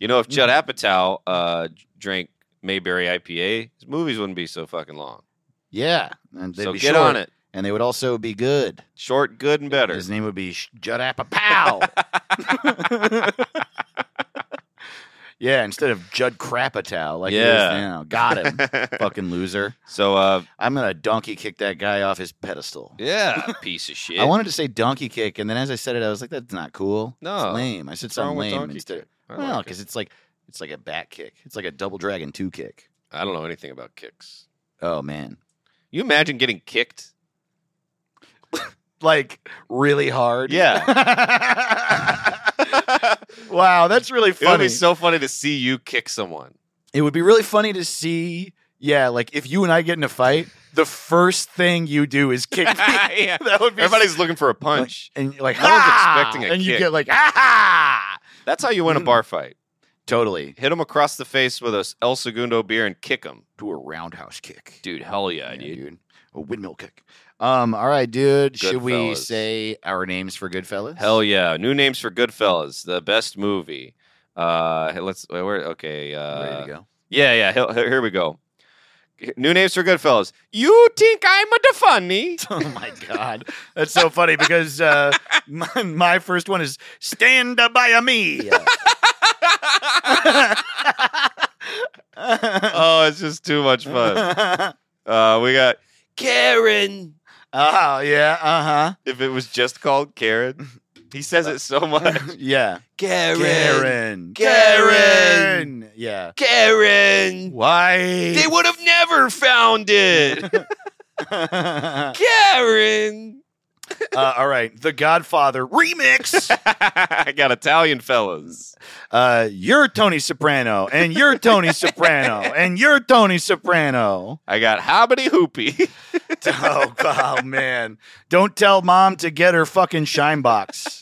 Speaker 3: you know, if Judd
Speaker 2: Mm-hmm.
Speaker 3: Apatow uh, drank Mayberry IPA, his movies wouldn't be so fucking long.
Speaker 2: Yeah, and they'd
Speaker 3: So
Speaker 2: be
Speaker 3: get
Speaker 2: short,
Speaker 3: on it.
Speaker 2: And they would also be good.
Speaker 3: Short, good, and better.
Speaker 2: His name would be Sh- Judd Apatow. yeah, instead of Judd Crapatow, like
Speaker 3: Yeah.
Speaker 2: it is now. Got him, fucking loser.
Speaker 3: so uh,
Speaker 2: I'm gonna donkey kick that guy off his pedestal.
Speaker 3: yeah, piece of shit.
Speaker 2: I wanted to say donkey kick, and then as I said it, I was like, "That's not cool.
Speaker 3: No.
Speaker 2: it's lame." I said
Speaker 3: What's wrong
Speaker 2: something
Speaker 3: with
Speaker 2: lame
Speaker 3: donkey
Speaker 2: instead.
Speaker 3: kick? I,
Speaker 2: Well,
Speaker 3: like it.
Speaker 2: because it's like it's like a back kick. It's like a double dragon two kick.
Speaker 3: I don't know anything about kicks.
Speaker 2: Oh man,
Speaker 3: You imagine getting kicked?
Speaker 2: like really hard.
Speaker 3: Yeah.
Speaker 2: wow, that's really
Speaker 3: It would
Speaker 2: funny.
Speaker 3: be so funny to see you kick someone.
Speaker 2: it would be really funny to see. Yeah, like if you and I get in a fight, the first thing you do is kick me.
Speaker 3: yeah.
Speaker 2: that would be
Speaker 3: Everybody's looking for a punch.
Speaker 2: and you're like
Speaker 3: No one's
Speaker 2: "Ha!"
Speaker 3: expecting a
Speaker 2: and you
Speaker 3: kick.
Speaker 2: get like ah
Speaker 3: That's how you win a
Speaker 2: Mm.
Speaker 3: bar fight.
Speaker 2: totally
Speaker 3: Hit him across the face with a El Segundo beer and kick him.
Speaker 2: do a roundhouse kick.
Speaker 3: Dude, hell yeah,
Speaker 2: Yeah,
Speaker 3: dude.
Speaker 2: A windmill kick. Um, all right, dude. Should we
Speaker 3: Goodfellas.
Speaker 2: say our names for Goodfellas?
Speaker 3: Hell yeah. New names for Goodfellas, the best movie. Uh, hey, let's wait, where okay. Uh,
Speaker 2: Ready to go.
Speaker 3: yeah, yeah. Here, here we go. New names for Goodfellas. You think I'm a da funny?
Speaker 2: Oh my god, that's so funny because uh, my, my first one is "Stand by Me."
Speaker 3: oh, it's just too much fun. Uh, we got Karen.
Speaker 2: oh yeah, uh-huh.
Speaker 3: If it was just called Karen, he says it so
Speaker 2: uh
Speaker 3: much.
Speaker 2: huh, yeah.
Speaker 3: Karen.
Speaker 2: Karen,
Speaker 3: Karen.
Speaker 2: yeah.
Speaker 3: Karen.
Speaker 2: Why?
Speaker 3: They would have never found it.
Speaker 2: uh,
Speaker 3: Karen.
Speaker 2: all right, The Godfather remix.
Speaker 3: I got Italian fellas.
Speaker 2: uh, you're Tony Soprano, and you're Tony Soprano, and you're Tony Soprano.
Speaker 3: I got Hobbity Hoopy.
Speaker 2: Oh, oh man! Don't tell mom to get her fucking shine box.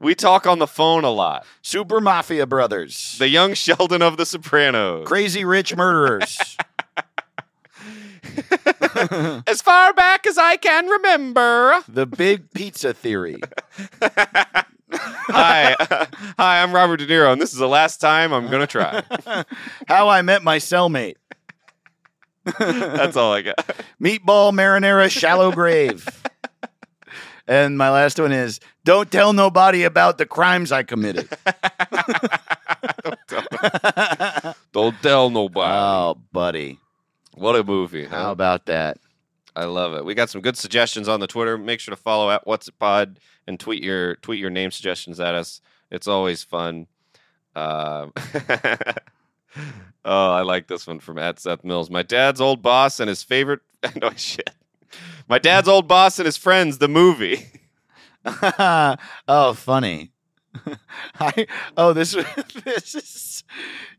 Speaker 3: We talk on the phone a lot.
Speaker 2: Super Mafia Brothers,
Speaker 3: The young Sheldon of The Sopranos.
Speaker 2: Crazy Rich Murderers.
Speaker 3: As far back as I can remember.
Speaker 2: The Big Pizza Theory.
Speaker 3: Hi. Hi, I'm Robert De Niro, and this is the last time I'm going to try.
Speaker 2: How I Met My Cellmate.
Speaker 3: That's all I got.
Speaker 2: Meatball Marinara Shallow Grave. And my last one is Don't Tell Nobody About the Crimes I Committed.
Speaker 3: Don't tell nobody.
Speaker 2: Wow, Oh, buddy.
Speaker 3: What a movie. huh?
Speaker 2: How about that?
Speaker 3: I love it. We got some good suggestions on the Twitter. Make sure to follow at What's It Pod and tweet your tweet your name suggestions at us. It's always fun. Uh, oh, I like this one from at Seth Mills. My dad's old boss and his favorite. no shit. My dad's old boss and his friends. The movie.
Speaker 2: oh, funny. I oh this was- this is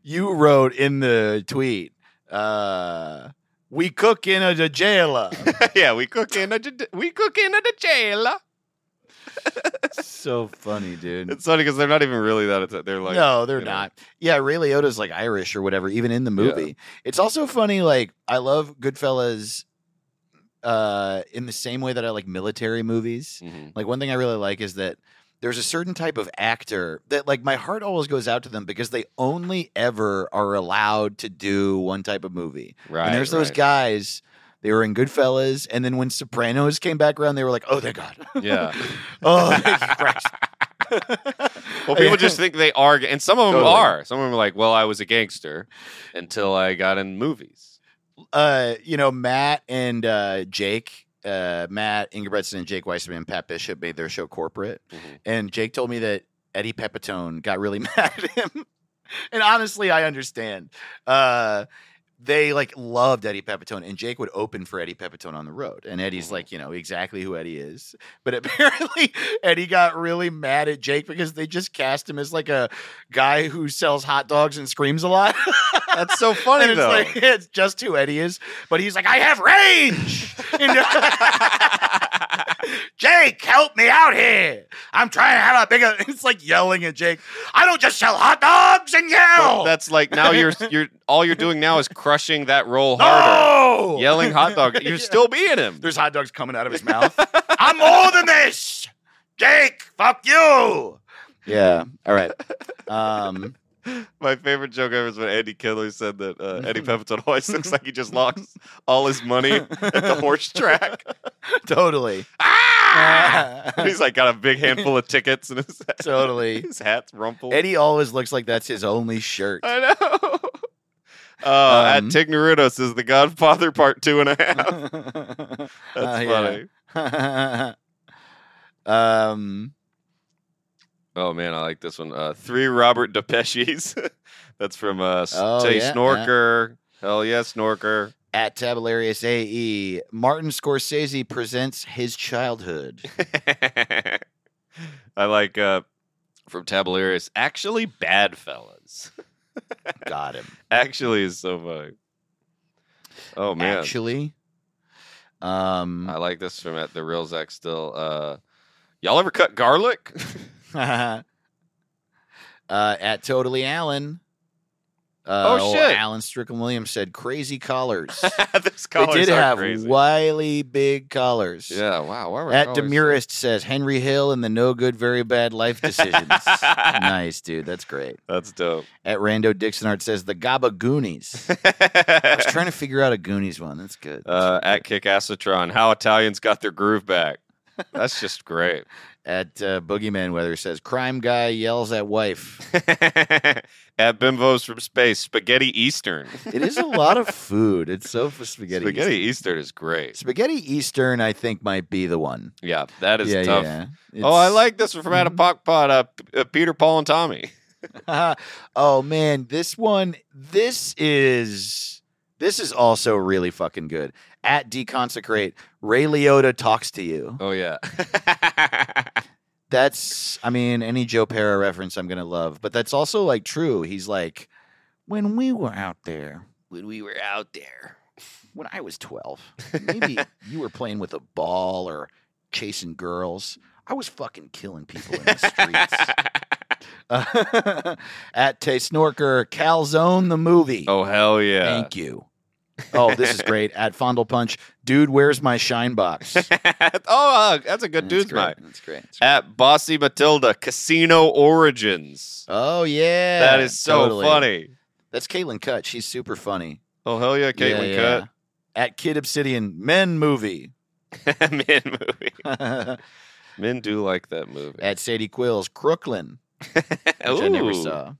Speaker 2: you wrote in the tweet. Uh, we cook in a jailer.
Speaker 3: yeah, we cook in a j- we cook in a jail.
Speaker 2: so funny, dude.
Speaker 3: It's funny because they're not even really that. It's- They're like
Speaker 2: no, they're
Speaker 3: you know.
Speaker 2: not. Yeah, Ray Liotta's like Irish or whatever, even in the movie. It's also funny. Like I love Goodfellas. Uh, in the same way that I like military movies.
Speaker 3: Mhm.
Speaker 2: Like one thing I really like is that there's a certain type of actor that like my heart always goes out to them because they only ever are allowed to do one type of movie.
Speaker 3: right.
Speaker 2: and there's those
Speaker 3: right.
Speaker 2: guys. They were in Goodfellas, and then when Sopranos came back around, they were like, "Oh, thank God!
Speaker 3: Yeah.
Speaker 2: oh, thank you, Christ.
Speaker 3: Well, people just think they are, and some of them
Speaker 2: Totally.
Speaker 3: are. Some of them are like, "Well, I was a gangster until I got in movies."
Speaker 2: uh, you know, Matt and uh, Jake, uh, Matt Ingebretson and Jake Weissman and Pat Bishop made their show corporate,
Speaker 3: Mhm.
Speaker 2: and Jake told me that Eddie Pepitone got really mad at him, and honestly, I understand. Uh, they like loved Eddie Pepitone, and Jake would open for Eddie Pepitone on the road, and Eddie's
Speaker 3: Mm-hmm.
Speaker 2: like, you know, exactly who Eddie is. But apparently, Eddie got really mad at Jake because they just cast him as like a guy who sells hot dogs and screams a lot.
Speaker 3: That's so funny
Speaker 2: and it's
Speaker 3: though.
Speaker 2: like it's just who Eddie is, but he's like, I have range. And- Jake, help me out here. I'm trying to have a bigger. It's like yelling at Jake. I don't just sell hot dogs and
Speaker 3: But
Speaker 2: yell.
Speaker 3: that's like now you're you're all you're doing now is crushing that roll harder,
Speaker 2: no,
Speaker 3: yelling hot dog. You're
Speaker 2: Yeah.
Speaker 3: still being him.
Speaker 2: There's hot dogs coming out of his mouth. I'm more than this, Jake. Fuck you. Yeah. All right. Um.
Speaker 3: My favorite joke ever is when Andy Killer said that uh, Eddie Pepitone always looks like he just lost all his money at the horse track.
Speaker 2: Totally.
Speaker 3: He's like got a big handful of tickets and his,
Speaker 2: totally.
Speaker 3: his hat's rumpled.
Speaker 2: Eddie always looks like that's his only shirt.
Speaker 3: I know. Uh,
Speaker 2: Um,
Speaker 3: at Tig Narutos is The Godfather Part Two and a Half.
Speaker 2: um,
Speaker 3: That's
Speaker 2: yeah.
Speaker 3: funny.
Speaker 2: Um,
Speaker 3: Oh man, I like this one. Uh, three Robert Depeches. That's from uh,
Speaker 2: Oh,
Speaker 3: oh, Jay
Speaker 2: yeah,
Speaker 3: Snorker. Hell yeah, Snorker.
Speaker 2: at Tabularius AE, Martin Scorsese presents his childhood.
Speaker 3: I like uh, from Tabularius. Actually, bad fellas.
Speaker 2: Got him.
Speaker 3: Actually, is so funny. Oh man,
Speaker 2: Actually, um,
Speaker 3: I like this from at the real Zach still. Uh, y'all ever cut garlic?
Speaker 2: uh, at Totally Allen. Uh,
Speaker 3: Oh,
Speaker 2: old
Speaker 3: shit.
Speaker 2: Alan Strickland Williams said crazy collars.
Speaker 3: this
Speaker 2: they
Speaker 3: collars
Speaker 2: did
Speaker 3: are
Speaker 2: have
Speaker 3: crazy.
Speaker 2: wily big collars.
Speaker 3: Yeah, wow. Why were
Speaker 2: At
Speaker 3: collars so-
Speaker 2: Demurist says Henry Hill and the no good, very bad life decisions. nice, dude. That's great.
Speaker 3: That's dope.
Speaker 2: At Rando Dixonart says the Gaba Goonies. I was trying to figure out a Goonies one. That's good.
Speaker 3: uh, at Kick Acetron, how Italians got their groove back. That's just great.
Speaker 2: at uh, Boogeyman Weather says crime guy yells at wife.
Speaker 3: at Bimbo's from Space, Spaghetti Eastern.
Speaker 2: It is a lot of food. It's so for spaghetti.
Speaker 3: Spaghetti
Speaker 2: Eastern.
Speaker 3: Eastern is great.
Speaker 2: Spaghetti Eastern, I think, might be the one.
Speaker 3: Yeah, that is
Speaker 2: yeah,
Speaker 3: tough.
Speaker 2: yeah.
Speaker 3: Oh, I
Speaker 2: It's- Mm-hmm.
Speaker 3: like this one from Out of Pock Pot, uh, P- uh, Peter, Paul, and Tommy.
Speaker 2: oh man, this one, this is this is also really fucking good. At deconsecrate, Ray Liotta talks to you.
Speaker 3: Oh, yeah.
Speaker 2: That's, I mean, any Joe Pera reference I'm gonna love, but that's also like true. He's like, when we were out there,
Speaker 3: when we were out there.
Speaker 2: when I was 12, maybe you were playing with a ball or chasing girls. I was fucking killing people in the streets. Uh, at Tay Snorker, Calzone the movie.
Speaker 3: oh, hell yeah.
Speaker 2: Thank you. Oh, this is great. At Fondle Punch, dude, where's my shine box?
Speaker 3: oh, uh, that's a good
Speaker 2: That's
Speaker 3: dude's
Speaker 2: great.
Speaker 3: mate.
Speaker 2: That's great. That's great.
Speaker 3: At Bossy Matilda, Casino Origins.
Speaker 2: Oh yeah,
Speaker 3: that is so
Speaker 2: Totally.
Speaker 3: funny.
Speaker 2: That's Caitlin Cut. She's super funny.
Speaker 3: Oh hell yeah, Caitlin
Speaker 2: Yeah, yeah. At Kid Obsidian, men movie.
Speaker 3: Cut. Men movie.
Speaker 2: At
Speaker 3: Men do like that movie.
Speaker 2: Sadie Quills, Crooklyn, which I
Speaker 3: Ooh.
Speaker 2: never saw.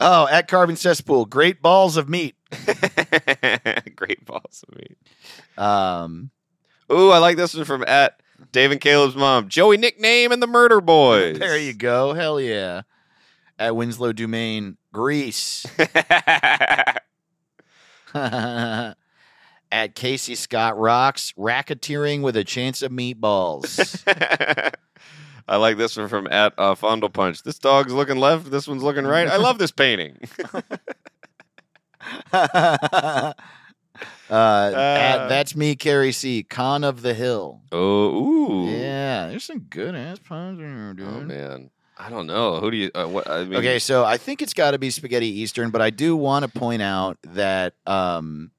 Speaker 2: Oh, at Carbon Cesspool, great balls of meat.
Speaker 3: Great balls of meat.
Speaker 2: Um,
Speaker 3: Ooh, I like this one from at Dave and Caleb's mom. Joey nickname and the Murder Boys.
Speaker 2: there you go. Hell yeah. At Winslow Dumain, Greece. At Casey Scott Rocks, racketeering with a chance of meatballs.
Speaker 3: I like this one from at uh, Fondle Punch. This dog's looking left. This one's looking right. I love this painting.
Speaker 2: uh,
Speaker 3: Uh.
Speaker 2: at That's Me, Carrie C. Con of the Hill.
Speaker 3: Oh, ooh.
Speaker 2: Yeah, there's some good ass puns in here, dude.
Speaker 3: Oh man, I don't know. Who do you? Uh, what I mean?
Speaker 2: okay, so I think it's got to be Spaghetti Eastern, but I do want to point out that um,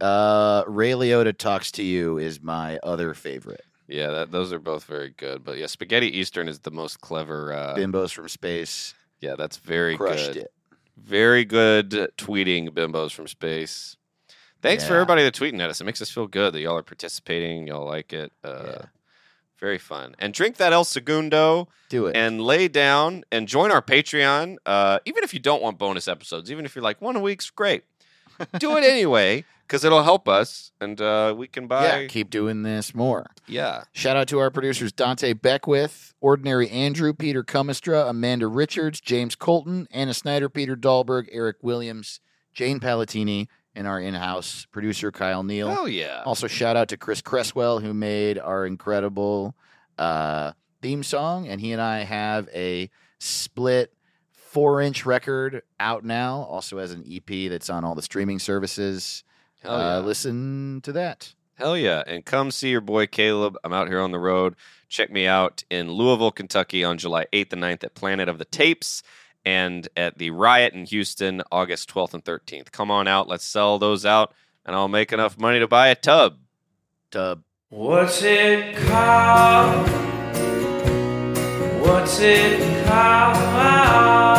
Speaker 2: uh, Ray Liotta Talks to You is my other favorite.
Speaker 3: Yeah, that, those are both very good. But yeah, Spaghetti Eastern is the most clever. Uh,
Speaker 2: Bimbos from Space
Speaker 3: yeah, that's very
Speaker 2: crushed
Speaker 3: good.
Speaker 2: it.
Speaker 3: Very good tweeting, bimbos from space. Thanks for
Speaker 2: Yeah.
Speaker 3: everybody that's tweeting at us. It makes us feel good that y'all are participating. Y'all like it. Uh,
Speaker 2: Yeah.
Speaker 3: Very fun. And drink that El Segundo
Speaker 2: Do it.
Speaker 3: and lay down and join our Patreon. Uh, even if you don't want bonus episodes, even if you're like one a week's great, do it anyway because it'll help us and uh, we can
Speaker 2: yeah,
Speaker 3: buy.
Speaker 2: keep doing this more.
Speaker 3: Yeah.
Speaker 2: Shout out to our producers Dante Beckwith, Ordinary Andrew, Peter Cumistra, Amanda Richards, James Colton, Anna Snyder, Peter Dahlberg, Eric Williams, Jane Palatini, and our in house producer, Kyle Neal.
Speaker 3: Oh yeah.
Speaker 2: Also, shout out to Chris Cresswell, who made our incredible uh, theme song. And he and I have a split four inch record out now, also as an EP that's on all the streaming services.
Speaker 3: Hell yeah.
Speaker 2: Uh, listen to that.
Speaker 3: Hell yeah. And come see your boy Caleb. I'm out here on the road. Check me out in Louisville, Kentucky on July 8th and 9th at Planet of the Tapes and at the Riot in Houston August 12th and 13th. Come on out. Let's sell those out and I'll make enough money to buy a tub.
Speaker 2: Dub.
Speaker 1: What's it called? What's it called?